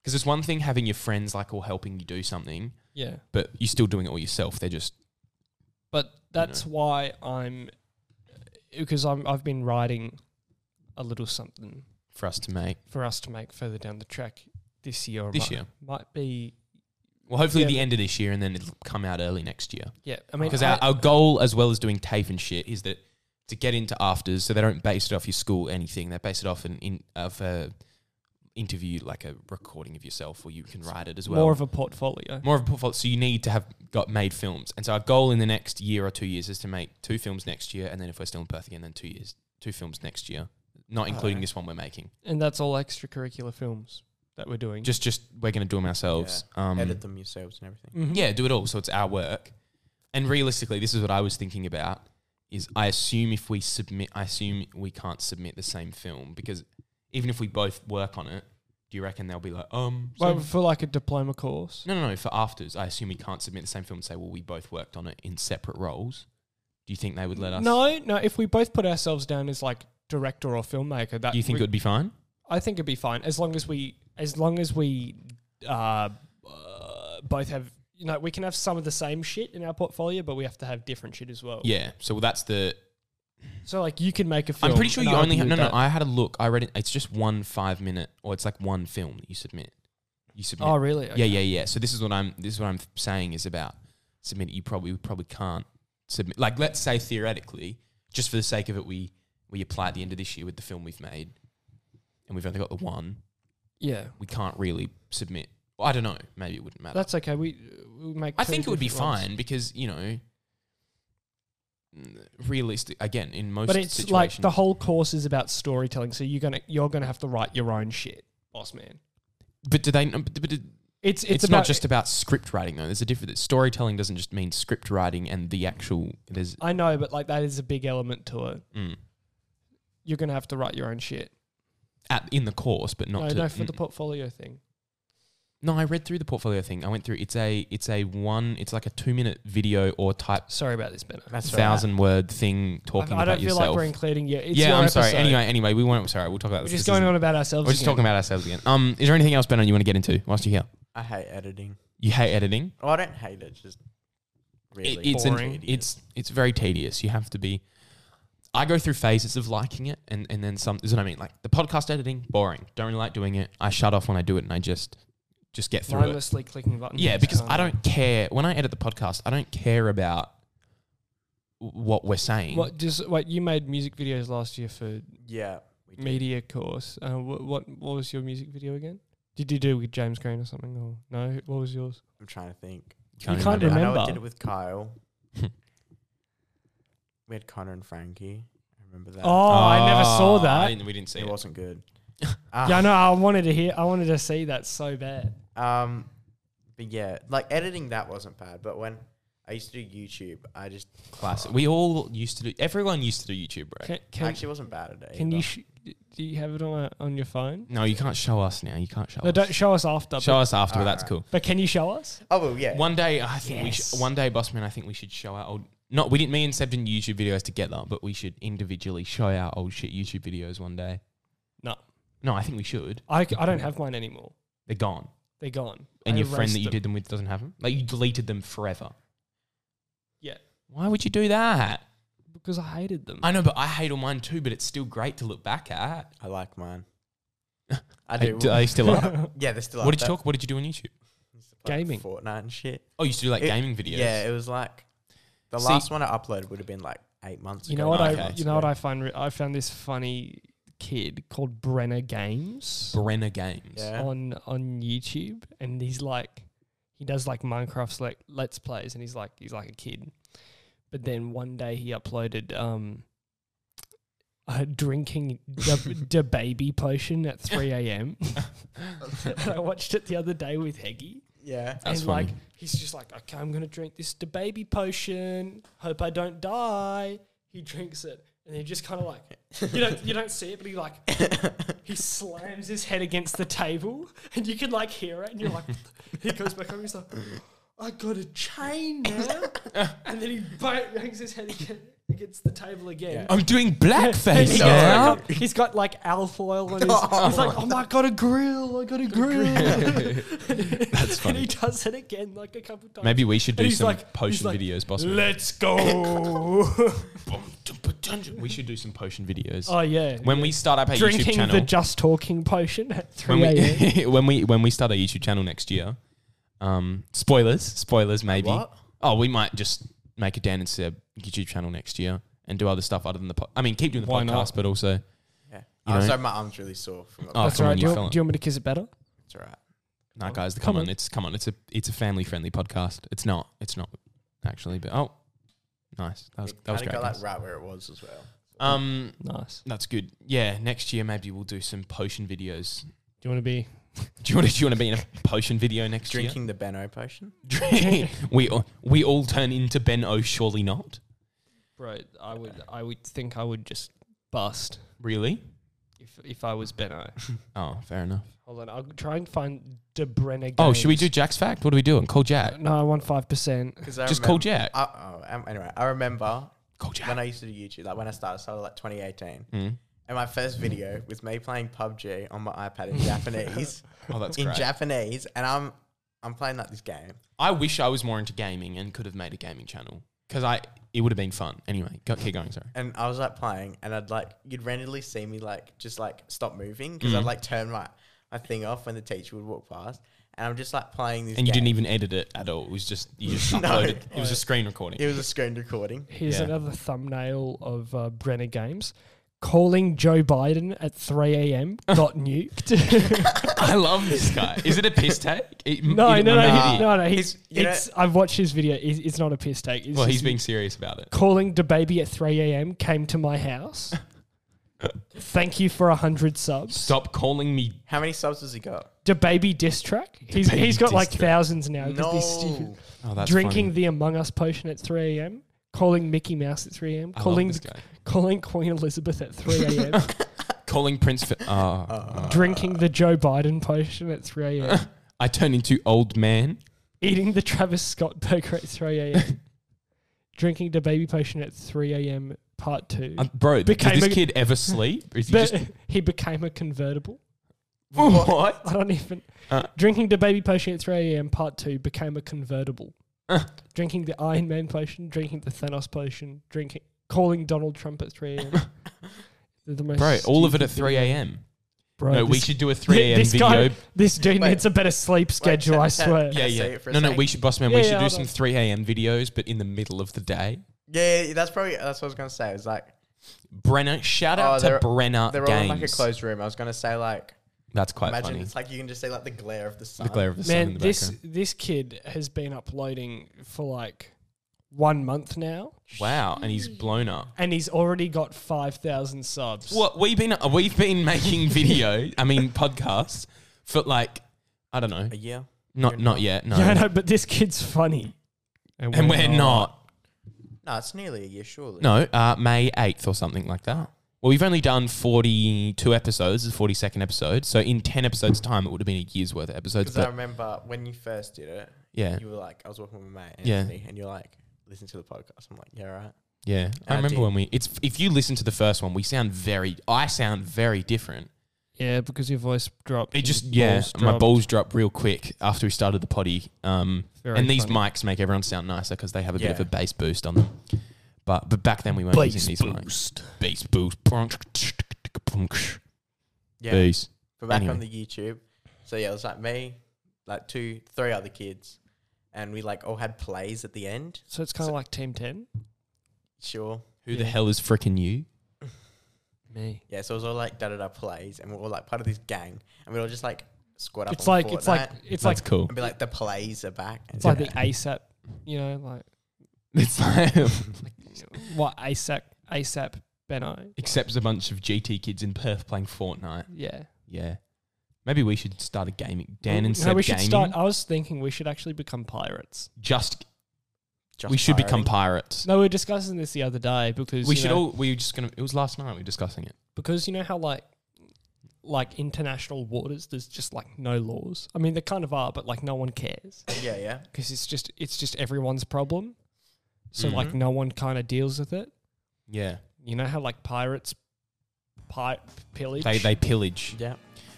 Speaker 1: Because it's one thing having your friends like all helping you do something,
Speaker 2: Yeah.
Speaker 1: but you're still doing it all yourself. They're just
Speaker 2: But that's why I'm because I'm I've been writing a little something
Speaker 1: for us to make
Speaker 2: for us to make further down the track this year. Or
Speaker 1: this
Speaker 2: might,
Speaker 1: year.
Speaker 2: might be
Speaker 1: Well, hopefully
Speaker 2: Yeah.
Speaker 1: the end of this year, and then it'll come out early next year.
Speaker 2: yeah. I mean,
Speaker 1: Because
Speaker 2: I-
Speaker 1: our, our goal, as well as doing TAFE and shit, is that to get into afters, so they don't base it off your school anything. They base it off an in, of a interview, like a recording of yourself, or you can write it as well.
Speaker 2: more of a portfolio.
Speaker 1: more of a portfolio. So you need to have got made films. And so our goal in the next year or two years is to make two films next year, and then if we're still in Perth again, then two years, two films next year,
Speaker 2: Oh,
Speaker 1: not including
Speaker 3: Alright.
Speaker 1: this one we're making.
Speaker 2: and that's all extracurricular films that we're doing.
Speaker 1: Just, just we're gonna do them ourselves. Um,
Speaker 3: Edit them yourselves and everything.
Speaker 2: Mhm.
Speaker 1: Yeah, do it all. So it's our work. And realistically, this is what I was thinking about is I assume if we submit I assume we can't submit the same film because even if we both work on it, do you reckon they'll be like, um
Speaker 2: Well,
Speaker 1: so-
Speaker 2: for like a diploma course.
Speaker 1: No no no, for afters, I assume we can't submit the same film and say, Well, we both worked on it in separate roles. Do you think they would let us
Speaker 2: No, no. If we both put ourselves down as like director or filmmaker, that
Speaker 1: Do you think
Speaker 2: we-
Speaker 1: it would be fine?
Speaker 2: I think it'd be fine as long as we as long as we uh, uh, both have you know we can have some of the same shit in our portfolio, but we have to have different shit as well.
Speaker 1: Yeah. So that's the
Speaker 2: So like you can make a film.
Speaker 1: I'm pretty sure
Speaker 2: and
Speaker 1: you only
Speaker 2: argue
Speaker 1: have, no no,
Speaker 2: that-
Speaker 1: I had a look. I read it it's just one five minute or it's like one film that you submit. You submit
Speaker 2: Oh really? Okay.
Speaker 1: Yeah, yeah, yeah. So this is what I'm this is what I'm saying is about submit. You probably you probably can't submit. Like let's say theoretically, just for the sake of it, we we apply at the end of this year with the film we've made, and we've only got the one.
Speaker 2: yeah.
Speaker 1: We can't really submit. Well, I don't know. Maybe it wouldn't matter.
Speaker 2: That's okay. We we make.
Speaker 1: I
Speaker 2: two
Speaker 1: think it would be
Speaker 2: different ones.
Speaker 1: fine because you know mm, realistic again in most
Speaker 2: But it's
Speaker 1: situations.
Speaker 2: like the whole course is about storytelling, so you're gonna you're gonna have to write your own shit, boss man.
Speaker 1: but do they? But, but it-
Speaker 2: It's it's,
Speaker 1: it's,
Speaker 2: about,
Speaker 1: not just about script writing though. There's a difference. Storytelling doesn't just mean script writing and the actual. There's
Speaker 2: I know, but like that is a big element to it.
Speaker 1: mm,
Speaker 2: You're gonna have to write your own shit.
Speaker 1: at, in the course, but not.
Speaker 2: no,
Speaker 1: to,
Speaker 2: no, for the
Speaker 1: mm.
Speaker 2: portfolio thing.
Speaker 1: No, I read through the portfolio thing. I went through. It's a. It's a one. It's like a two minute video or type
Speaker 2: Sorry about this, Ben.
Speaker 3: That's all right.
Speaker 1: thousand word thing talking
Speaker 2: I, I
Speaker 1: about
Speaker 2: don't feel
Speaker 1: yourself.
Speaker 2: like we're including you. It's
Speaker 1: yeah,
Speaker 2: your
Speaker 1: I'm sorry.
Speaker 2: episode.
Speaker 1: Anyway, anyway, we won't. Sorry, we'll talk about
Speaker 2: we're
Speaker 1: this. This
Speaker 2: just going
Speaker 1: isn't-
Speaker 2: on about ourselves.
Speaker 1: We're just
Speaker 2: again.
Speaker 1: talking about ourselves again. Um, is there anything else, Benno, you want to get into whilst you're here?
Speaker 3: I hate editing.
Speaker 1: You hate editing.
Speaker 3: Oh, I don't hate it. It's just really
Speaker 1: It- it's an-
Speaker 3: boring.
Speaker 1: it's it's very tedious. You have to be. I go through phases of liking it, and and then some. Is what I mean. Like the podcast editing, boring. Don't really like doing it. I shut off when I do it, and I just just get through it.
Speaker 2: mindlessly clicking buttons.
Speaker 1: Yeah, because I don't care when I edit the podcast. I don't care about w- what we're saying.
Speaker 2: What just wait? You made music videos last year for
Speaker 3: yeah. We did.
Speaker 2: media course. Uh, what, what what was your music video again? Did you do with James Green or something? Or no? What was yours?
Speaker 3: I'm trying to think.
Speaker 1: Can't
Speaker 2: you can't
Speaker 1: remember.
Speaker 3: I know I
Speaker 2: Remember.
Speaker 3: did it with Kyle. we had Connor and Frankie. I remember that.
Speaker 2: Oh, I never
Speaker 1: Ah,
Speaker 2: saw
Speaker 1: I
Speaker 2: that.
Speaker 1: didn't- we didn't see
Speaker 3: it
Speaker 1: it.
Speaker 3: wasn't good.
Speaker 2: Yeah, I
Speaker 3: Ah,
Speaker 2: know. I wanted to hear. I wanted to see that so bad.
Speaker 3: Um, but yeah, like editing that wasn't bad. But when I used to do YouTube, I just
Speaker 1: Classic. We all used to do. Everyone used to do YouTube, bro.
Speaker 2: Can,
Speaker 3: I
Speaker 2: can,
Speaker 3: actually wasn't bad at it.
Speaker 2: can you
Speaker 3: either.
Speaker 2: sh- do you have it on a, on your phone?
Speaker 1: No, you can't show us now. You can't show
Speaker 2: No,
Speaker 1: us.
Speaker 2: don't show us after.
Speaker 1: show
Speaker 2: but,
Speaker 1: us after.
Speaker 3: All
Speaker 1: that's
Speaker 3: right.
Speaker 1: cool.
Speaker 2: but can you show us?
Speaker 3: oh well, yeah.
Speaker 1: One day, I think we
Speaker 2: Yes.
Speaker 1: should. One day, Bossman, I think we should show our old. Not we didn't. Me and Seb did YouTube videos together, but we should individually show our old shit YouTube videos one day.
Speaker 2: No.
Speaker 1: No, I think we should.
Speaker 2: I, c- I don't have mine anymore.
Speaker 1: They're gone,
Speaker 2: They're gone.
Speaker 1: and
Speaker 2: I
Speaker 1: your friend
Speaker 2: erased
Speaker 1: that you
Speaker 2: them.
Speaker 1: did them with doesn't have them. Like you deleted them forever.
Speaker 2: Yeah.
Speaker 1: Why would you do that?
Speaker 2: because I hated them.
Speaker 1: I know, but I hate all mine too. But it's still great to look back at.
Speaker 3: I like
Speaker 1: [LAUGHS]
Speaker 3: mine. I
Speaker 1: Hey,
Speaker 3: do.
Speaker 1: do they
Speaker 3: [LAUGHS]
Speaker 1: still up?
Speaker 2: [LAUGHS]
Speaker 3: yeah, they're still.
Speaker 1: what
Speaker 3: up
Speaker 1: did you
Speaker 3: there.
Speaker 1: talk? What did you do on YouTube?
Speaker 3: It's like
Speaker 2: Gaming.
Speaker 3: Fortnite and shit.
Speaker 1: Oh, you used to do like
Speaker 3: It-
Speaker 1: gaming videos.
Speaker 3: Yeah, it was like the
Speaker 1: See-
Speaker 3: last one I uploaded would have been like eight months.
Speaker 2: You
Speaker 3: ago.
Speaker 2: know what
Speaker 1: Okay.
Speaker 2: I you know what I find re- I found this funny kid called Brenner Games
Speaker 1: Brenner Games.
Speaker 3: Yeah. [LAUGHS]
Speaker 2: on on YouTube and he's like he does like Minecraft's like let's plays and he's like he's like a kid. But then one day he uploaded um uh, drinking the, the baby potion at 3 a.m. and [LAUGHS] [LAUGHS] I watched it the other day with Heggy.
Speaker 3: Yeah.
Speaker 1: That's
Speaker 2: and
Speaker 1: funny.
Speaker 2: like he's just like, okay, I'm gonna drink this the baby potion. Hope I don't die. He drinks it, and he just kind of like, you don't you don't see it, but he like
Speaker 1: [LAUGHS]
Speaker 2: he slams his head against the table, and you can like hear it, and you're like, he goes back home, he's like, I got a
Speaker 1: [LAUGHS]
Speaker 2: chain now, and then he bang, bangs his head again, against the table again.
Speaker 1: [LAUGHS] I'm doing
Speaker 2: [LAUGHS] And
Speaker 1: blackface
Speaker 2: he's
Speaker 1: now.
Speaker 2: got- he's got like alfoil on his. he's like, oh my god, a grill! I got a grill. [LAUGHS]
Speaker 1: That's
Speaker 2: and
Speaker 1: funny.
Speaker 2: he does it again like a couple times.
Speaker 1: Maybe we should do
Speaker 2: And he's
Speaker 1: some
Speaker 2: like- he's
Speaker 1: potion
Speaker 2: like,
Speaker 1: videos, Bossman.
Speaker 2: Let's [LAUGHS] go.
Speaker 1: We should do some potion videos.
Speaker 2: oh yeah.
Speaker 1: when we start up our YouTube
Speaker 2: drinking
Speaker 1: channel,
Speaker 2: the just talking potion at
Speaker 1: when [LAUGHS]
Speaker 2: three a.m.
Speaker 1: we Oh, when we when we start our YouTube channel next year, um, spoilers, spoilers, maybe.
Speaker 3: What?
Speaker 1: Oh, we might just make a Dan and Seb YouTube channel next year and do other stuff other than the. Po- I mean, keep doing the
Speaker 2: Why
Speaker 1: podcast,
Speaker 2: not?
Speaker 1: but also
Speaker 3: Yeah.
Speaker 1: You
Speaker 3: Oh,
Speaker 1: know-
Speaker 3: so my arm's really sore. From
Speaker 1: Oh,
Speaker 2: That's
Speaker 1: come on,
Speaker 2: right. Do
Speaker 1: you
Speaker 2: you,
Speaker 1: fella.
Speaker 2: do you want me to kiss it better?
Speaker 3: It's alright.
Speaker 1: nah, guys, come,
Speaker 2: Come
Speaker 1: on.
Speaker 2: on.
Speaker 1: it's come on, it's a it's a family friendly podcast. It's not, it's not actually, but oh, nice, that was
Speaker 3: It
Speaker 1: that was
Speaker 3: kinda
Speaker 1: great.
Speaker 3: got
Speaker 1: guys.
Speaker 3: like right where it was as well.
Speaker 1: Um,
Speaker 2: Nice.
Speaker 1: that's good. Yeah, next year maybe we'll do some potion videos.
Speaker 2: Do you want to be?
Speaker 1: Do you want to do you want to be in a potion video next year? [LAUGHS]
Speaker 3: Drinking the Benno [LAUGHS] potion.
Speaker 1: Drink- we all, we all turn into Ben O. Surely not.
Speaker 2: Bro, I would. I would think I would just bust
Speaker 1: Really?
Speaker 2: if if I was Benno.
Speaker 1: Oh, fair enough.
Speaker 2: Hold on, I'll try and find De Brenner.
Speaker 1: Oh, should we do
Speaker 2: Games.
Speaker 1: Jack's fact? What do we do? And call Jack.
Speaker 2: No, I want five percent.
Speaker 3: Because I
Speaker 1: Just
Speaker 3: remember,
Speaker 1: call Jack.
Speaker 3: I, oh, um, anyway, I remember
Speaker 1: Call Jack.
Speaker 3: when I used to do YouTube, like when I started, started like 2018,
Speaker 1: Mm.
Speaker 3: and my first video was me playing PUBG on my iPad in Japanese,
Speaker 1: Oh, [LAUGHS] that's
Speaker 3: in
Speaker 1: great.
Speaker 3: Japanese, and I'm I'm playing like this game.
Speaker 1: I wish I was more into gaming and could have made a gaming channel because I it would have been fun. Anyway, go, keep going. Sorry.
Speaker 3: and I was like playing, and I'd like you'd randomly see me like just like stop moving because
Speaker 1: Mm.
Speaker 3: I'd like turn my my thing off when the teacher would walk past, and I'm just like playing this.
Speaker 1: And you
Speaker 3: game.
Speaker 1: didn't even edit it at all. It was just you [LAUGHS] just
Speaker 3: No.
Speaker 1: uploaded. It [LAUGHS] was a screen recording.
Speaker 3: It was a screen recording.
Speaker 2: Here's
Speaker 1: Yeah.
Speaker 2: another thumbnail of uh, Brenner Games. calling Joe Biden at 3
Speaker 1: [LAUGHS]
Speaker 2: a.m. got [LAUGHS] nuked.
Speaker 1: I love this guy. Is it a piss [LAUGHS] take? He-
Speaker 2: no, no,
Speaker 1: he-
Speaker 2: no,
Speaker 1: nah.
Speaker 2: he- no, no. He's,
Speaker 3: It's- you know-
Speaker 2: it's, I've watched his video. It's, it's not a piss take. It's
Speaker 1: Well, he's
Speaker 2: just
Speaker 1: being serious about it.
Speaker 2: calling the baby at 3 a.m. came to my
Speaker 1: [LAUGHS]
Speaker 2: house. Thank you for 100 subs.
Speaker 1: Stop calling me.
Speaker 3: How many subs does he got?
Speaker 2: The baby diss track. He's,
Speaker 1: baby
Speaker 2: he's got
Speaker 1: diss
Speaker 2: like
Speaker 1: track.
Speaker 2: thousands now because
Speaker 3: No.
Speaker 2: these stupid.
Speaker 1: Oh, that's
Speaker 2: drinking
Speaker 1: funny.
Speaker 2: the Among Us potion at 3 a.m., calling Mickey Mouse at 3 a.m.,
Speaker 1: I love
Speaker 2: calling
Speaker 1: this guy.
Speaker 2: calling Queen Elizabeth at 3
Speaker 1: [LAUGHS]
Speaker 2: a.m.,
Speaker 1: calling Prince. Fi- oh,
Speaker 2: drinking the Joe Biden potion at 3
Speaker 1: [LAUGHS]
Speaker 2: a.m.,
Speaker 1: I turn into old man.
Speaker 2: eating the Travis Scott burger at
Speaker 1: [LAUGHS]
Speaker 2: 3 a.m., drinking the baby potion at 3 a.m. Part two.
Speaker 1: Um, bro, th-
Speaker 2: Became
Speaker 1: does this
Speaker 2: a-
Speaker 1: kid ever sleep? Is he
Speaker 2: but
Speaker 1: just
Speaker 2: [LAUGHS] he became a convertible.
Speaker 1: what?
Speaker 2: I don't even.
Speaker 1: Uh.
Speaker 2: drinking the baby potion at 3 a.m. Part two became a convertible.
Speaker 1: Uh.
Speaker 2: Drinking the Iron Man potion, drinking the Thanos potion, drinking, calling Donald Trump at 3
Speaker 1: [LAUGHS]
Speaker 2: a.m. They're the most
Speaker 1: Bro, all of it at
Speaker 2: stupid
Speaker 1: 3 a.m.
Speaker 2: Bro,
Speaker 1: No, we
Speaker 2: this-
Speaker 1: should do a 3 a.m.
Speaker 2: this
Speaker 1: video.
Speaker 2: guy- This dude
Speaker 3: Wait.
Speaker 2: needs a better sleep schedule,
Speaker 3: tell-
Speaker 2: I
Speaker 3: tell-
Speaker 2: swear.
Speaker 1: yeah,
Speaker 3: I say
Speaker 1: yeah.
Speaker 3: it for a
Speaker 1: No, no,
Speaker 3: sec?
Speaker 1: we should, boss man,
Speaker 2: Yeah,
Speaker 1: we
Speaker 2: yeah,
Speaker 1: should do
Speaker 2: hold
Speaker 1: some
Speaker 2: on.
Speaker 1: 3 a.m. videos, but in the middle of the day.
Speaker 3: Yeah, yeah, that's probably that's what I was gonna say. It was like
Speaker 1: Brenner, shout
Speaker 3: Oh,
Speaker 1: out
Speaker 3: they're-
Speaker 1: to Brenner
Speaker 3: they're all in
Speaker 1: Uh, Games.
Speaker 3: like a closed room. I was gonna say like
Speaker 1: That's quite
Speaker 3: imagine
Speaker 1: funny.
Speaker 3: it's like you can just see like the glare of the sun.
Speaker 1: the glare of the sun in
Speaker 2: Man,
Speaker 1: the
Speaker 2: this
Speaker 1: background.
Speaker 2: this kid has been uploading for like one month now,
Speaker 1: Wow, and he's blown up.
Speaker 2: and he's already got five thousand subs.
Speaker 1: What we've been uh, we've been making video, I mean podcasts for like I don't know,
Speaker 3: A year.
Speaker 1: not not yet. No,
Speaker 2: [LAUGHS] Yeah, I know, but this kid's funny.
Speaker 1: and we're not.
Speaker 3: No, it's nearly a year, surely.
Speaker 1: No, uh, May eighth or something like that. Well, we've only done forty-two episodes. This is forty-second episode. So in ten episodes' time, it would have been a year's worth of episodes.
Speaker 3: Because
Speaker 1: But
Speaker 3: I remember when you first did it,
Speaker 1: yeah,
Speaker 3: you were like, I was walking with my mate
Speaker 1: Yeah.
Speaker 3: Anthony, and you're like, listen to the podcast. I'm like, yeah, right.
Speaker 1: yeah. I
Speaker 3: I
Speaker 1: remember
Speaker 3: did.
Speaker 1: when we. It's if you listen to the first one, we sound very. I sound very different.
Speaker 2: Yeah, because your voice dropped.
Speaker 1: It just yeah, my balls drop real quick after we started the potty. Um,
Speaker 2: Very
Speaker 1: and these
Speaker 2: funny.
Speaker 1: mics make everyone sound nicer because they have a bit of a
Speaker 3: Yeah.
Speaker 1: bass boost on them. But but back then we weren't using these mics. Bass boost.
Speaker 3: Yeah.
Speaker 1: Bass.
Speaker 3: But back
Speaker 1: Anyway.
Speaker 3: on the YouTube. So yeah, it was like me, like two, three other kids, and we like all had plays at the end.
Speaker 2: So it's kind of like Team Ten.
Speaker 3: Sure.
Speaker 1: Who the
Speaker 2: Yeah.
Speaker 1: hell is frickin' you?
Speaker 2: Me.
Speaker 3: Yeah, so it was all like da da da plays, and we were all like part of this gang, and we were all just like squat up.
Speaker 2: It's
Speaker 3: on
Speaker 2: like it's like
Speaker 3: Fortnite
Speaker 2: it's
Speaker 1: That's
Speaker 2: like
Speaker 1: cool.
Speaker 3: and be like the plays are back. and
Speaker 2: it's like the
Speaker 3: yeah.
Speaker 2: ASAP. You know, like
Speaker 1: [LAUGHS] It's like
Speaker 2: what ASAP ASAP Benno.
Speaker 1: except there's a bunch of GT kids in Perth playing Fortnite.
Speaker 2: Yeah.
Speaker 1: Yeah. Maybe we should start a gaming. Dan and
Speaker 2: No,
Speaker 1: Seb
Speaker 2: we should
Speaker 1: gaming.
Speaker 2: start. I was thinking we should actually become pirates.
Speaker 1: just,
Speaker 3: Just
Speaker 1: we should become
Speaker 3: pirating.
Speaker 1: pirates.
Speaker 2: No, we were discussing this the other day because
Speaker 1: we
Speaker 2: you
Speaker 1: should
Speaker 2: know,
Speaker 1: all. We were just gonna. It was last night. We were discussing it.
Speaker 2: because you know how like like international waters, there's just like no laws. I mean, there kind of are, but like no one cares
Speaker 3: Yeah, yeah.
Speaker 2: because it's just it's just everyone's problem. So
Speaker 1: Mhm.
Speaker 2: like no one kind of deals with it.
Speaker 1: Yeah.
Speaker 2: You know how like pirates, pi- pillage.
Speaker 1: They they pillage.
Speaker 3: Yeah.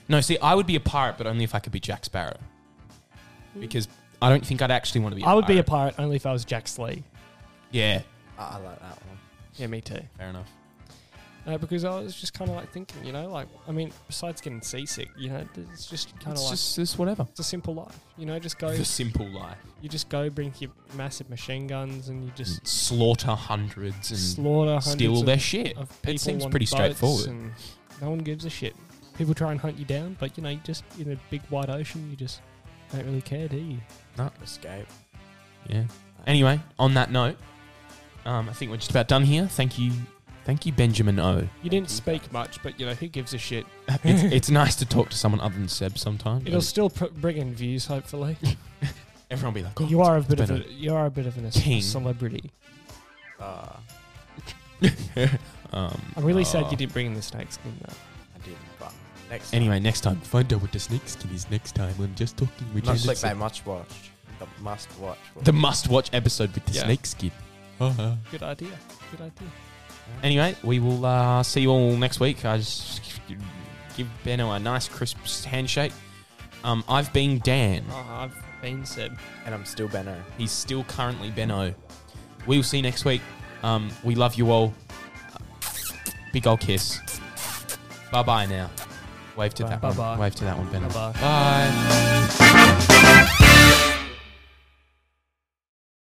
Speaker 1: No, see, I would be a pirate, but only if I could be Jack Sparrow. Because I don't think I'd actually want to be. I
Speaker 2: I would be a pirate only if I was Jack Slee.
Speaker 1: yeah.
Speaker 3: I, I like that one.
Speaker 2: Yeah, me too.
Speaker 1: Fair enough.
Speaker 2: Uh, because I was just kind of like thinking, you know, like I mean, besides getting seasick, you know, it's just kind of
Speaker 1: It's
Speaker 2: like
Speaker 1: just it's whatever.
Speaker 2: it's a simple life. You know, just go.
Speaker 1: The simple life.
Speaker 2: You just go bring your massive machine guns and you just
Speaker 1: Slaughter hundreds and
Speaker 2: slaughter hundreds
Speaker 1: steal
Speaker 2: of,
Speaker 1: their shit.
Speaker 2: of people.
Speaker 1: seems
Speaker 2: on
Speaker 1: pretty
Speaker 2: boats
Speaker 1: straightforward.
Speaker 2: And no one gives a shit. People try and hunt you down, but you know, you just in a big wide ocean, you just don't really care, do you?
Speaker 3: Escape.
Speaker 1: Yeah. Anyway, on that note, um, I think we're just about done here. Thank you, thank you, Benjamin O.
Speaker 2: You didn't speak much, but you know, who gives a shit? [LAUGHS]
Speaker 1: It's, it's nice to talk to someone other than Seb sometimes.
Speaker 2: It'll still pr- bring in views, hopefully.
Speaker 1: Everyone will be like, oh,
Speaker 2: you are a bit of
Speaker 1: been
Speaker 2: a, you are a bit of an
Speaker 1: King.
Speaker 2: a celebrity.
Speaker 3: Uh,
Speaker 1: [LAUGHS] um,
Speaker 2: I'm really sad
Speaker 1: uh,
Speaker 2: you didn't bring in the snakes in though.
Speaker 3: I didn't, but next. time.
Speaker 1: Anyway, next time, find out what the snake skin is next time. I'm just talking with
Speaker 3: Not
Speaker 1: Anderson.
Speaker 3: clickbait, much watched. The must watch.
Speaker 1: The must watch episode with the
Speaker 2: Yeah.
Speaker 1: snake skin.
Speaker 2: Good idea. Good idea.
Speaker 1: Anyway, we will uh, see you all next week. I just give Benno a nice crisp handshake. Um, I've been Dan.
Speaker 2: Oh, I've been Seb.
Speaker 3: and I'm still Benno.
Speaker 1: He's still currently Benno. We will see you next week. Um, we love you all. Big old kiss. Bye bye now. Wave to that
Speaker 2: Bye
Speaker 1: one.
Speaker 2: bye.
Speaker 1: Wave to that one, Benno.
Speaker 2: Bye bye.
Speaker 1: bye.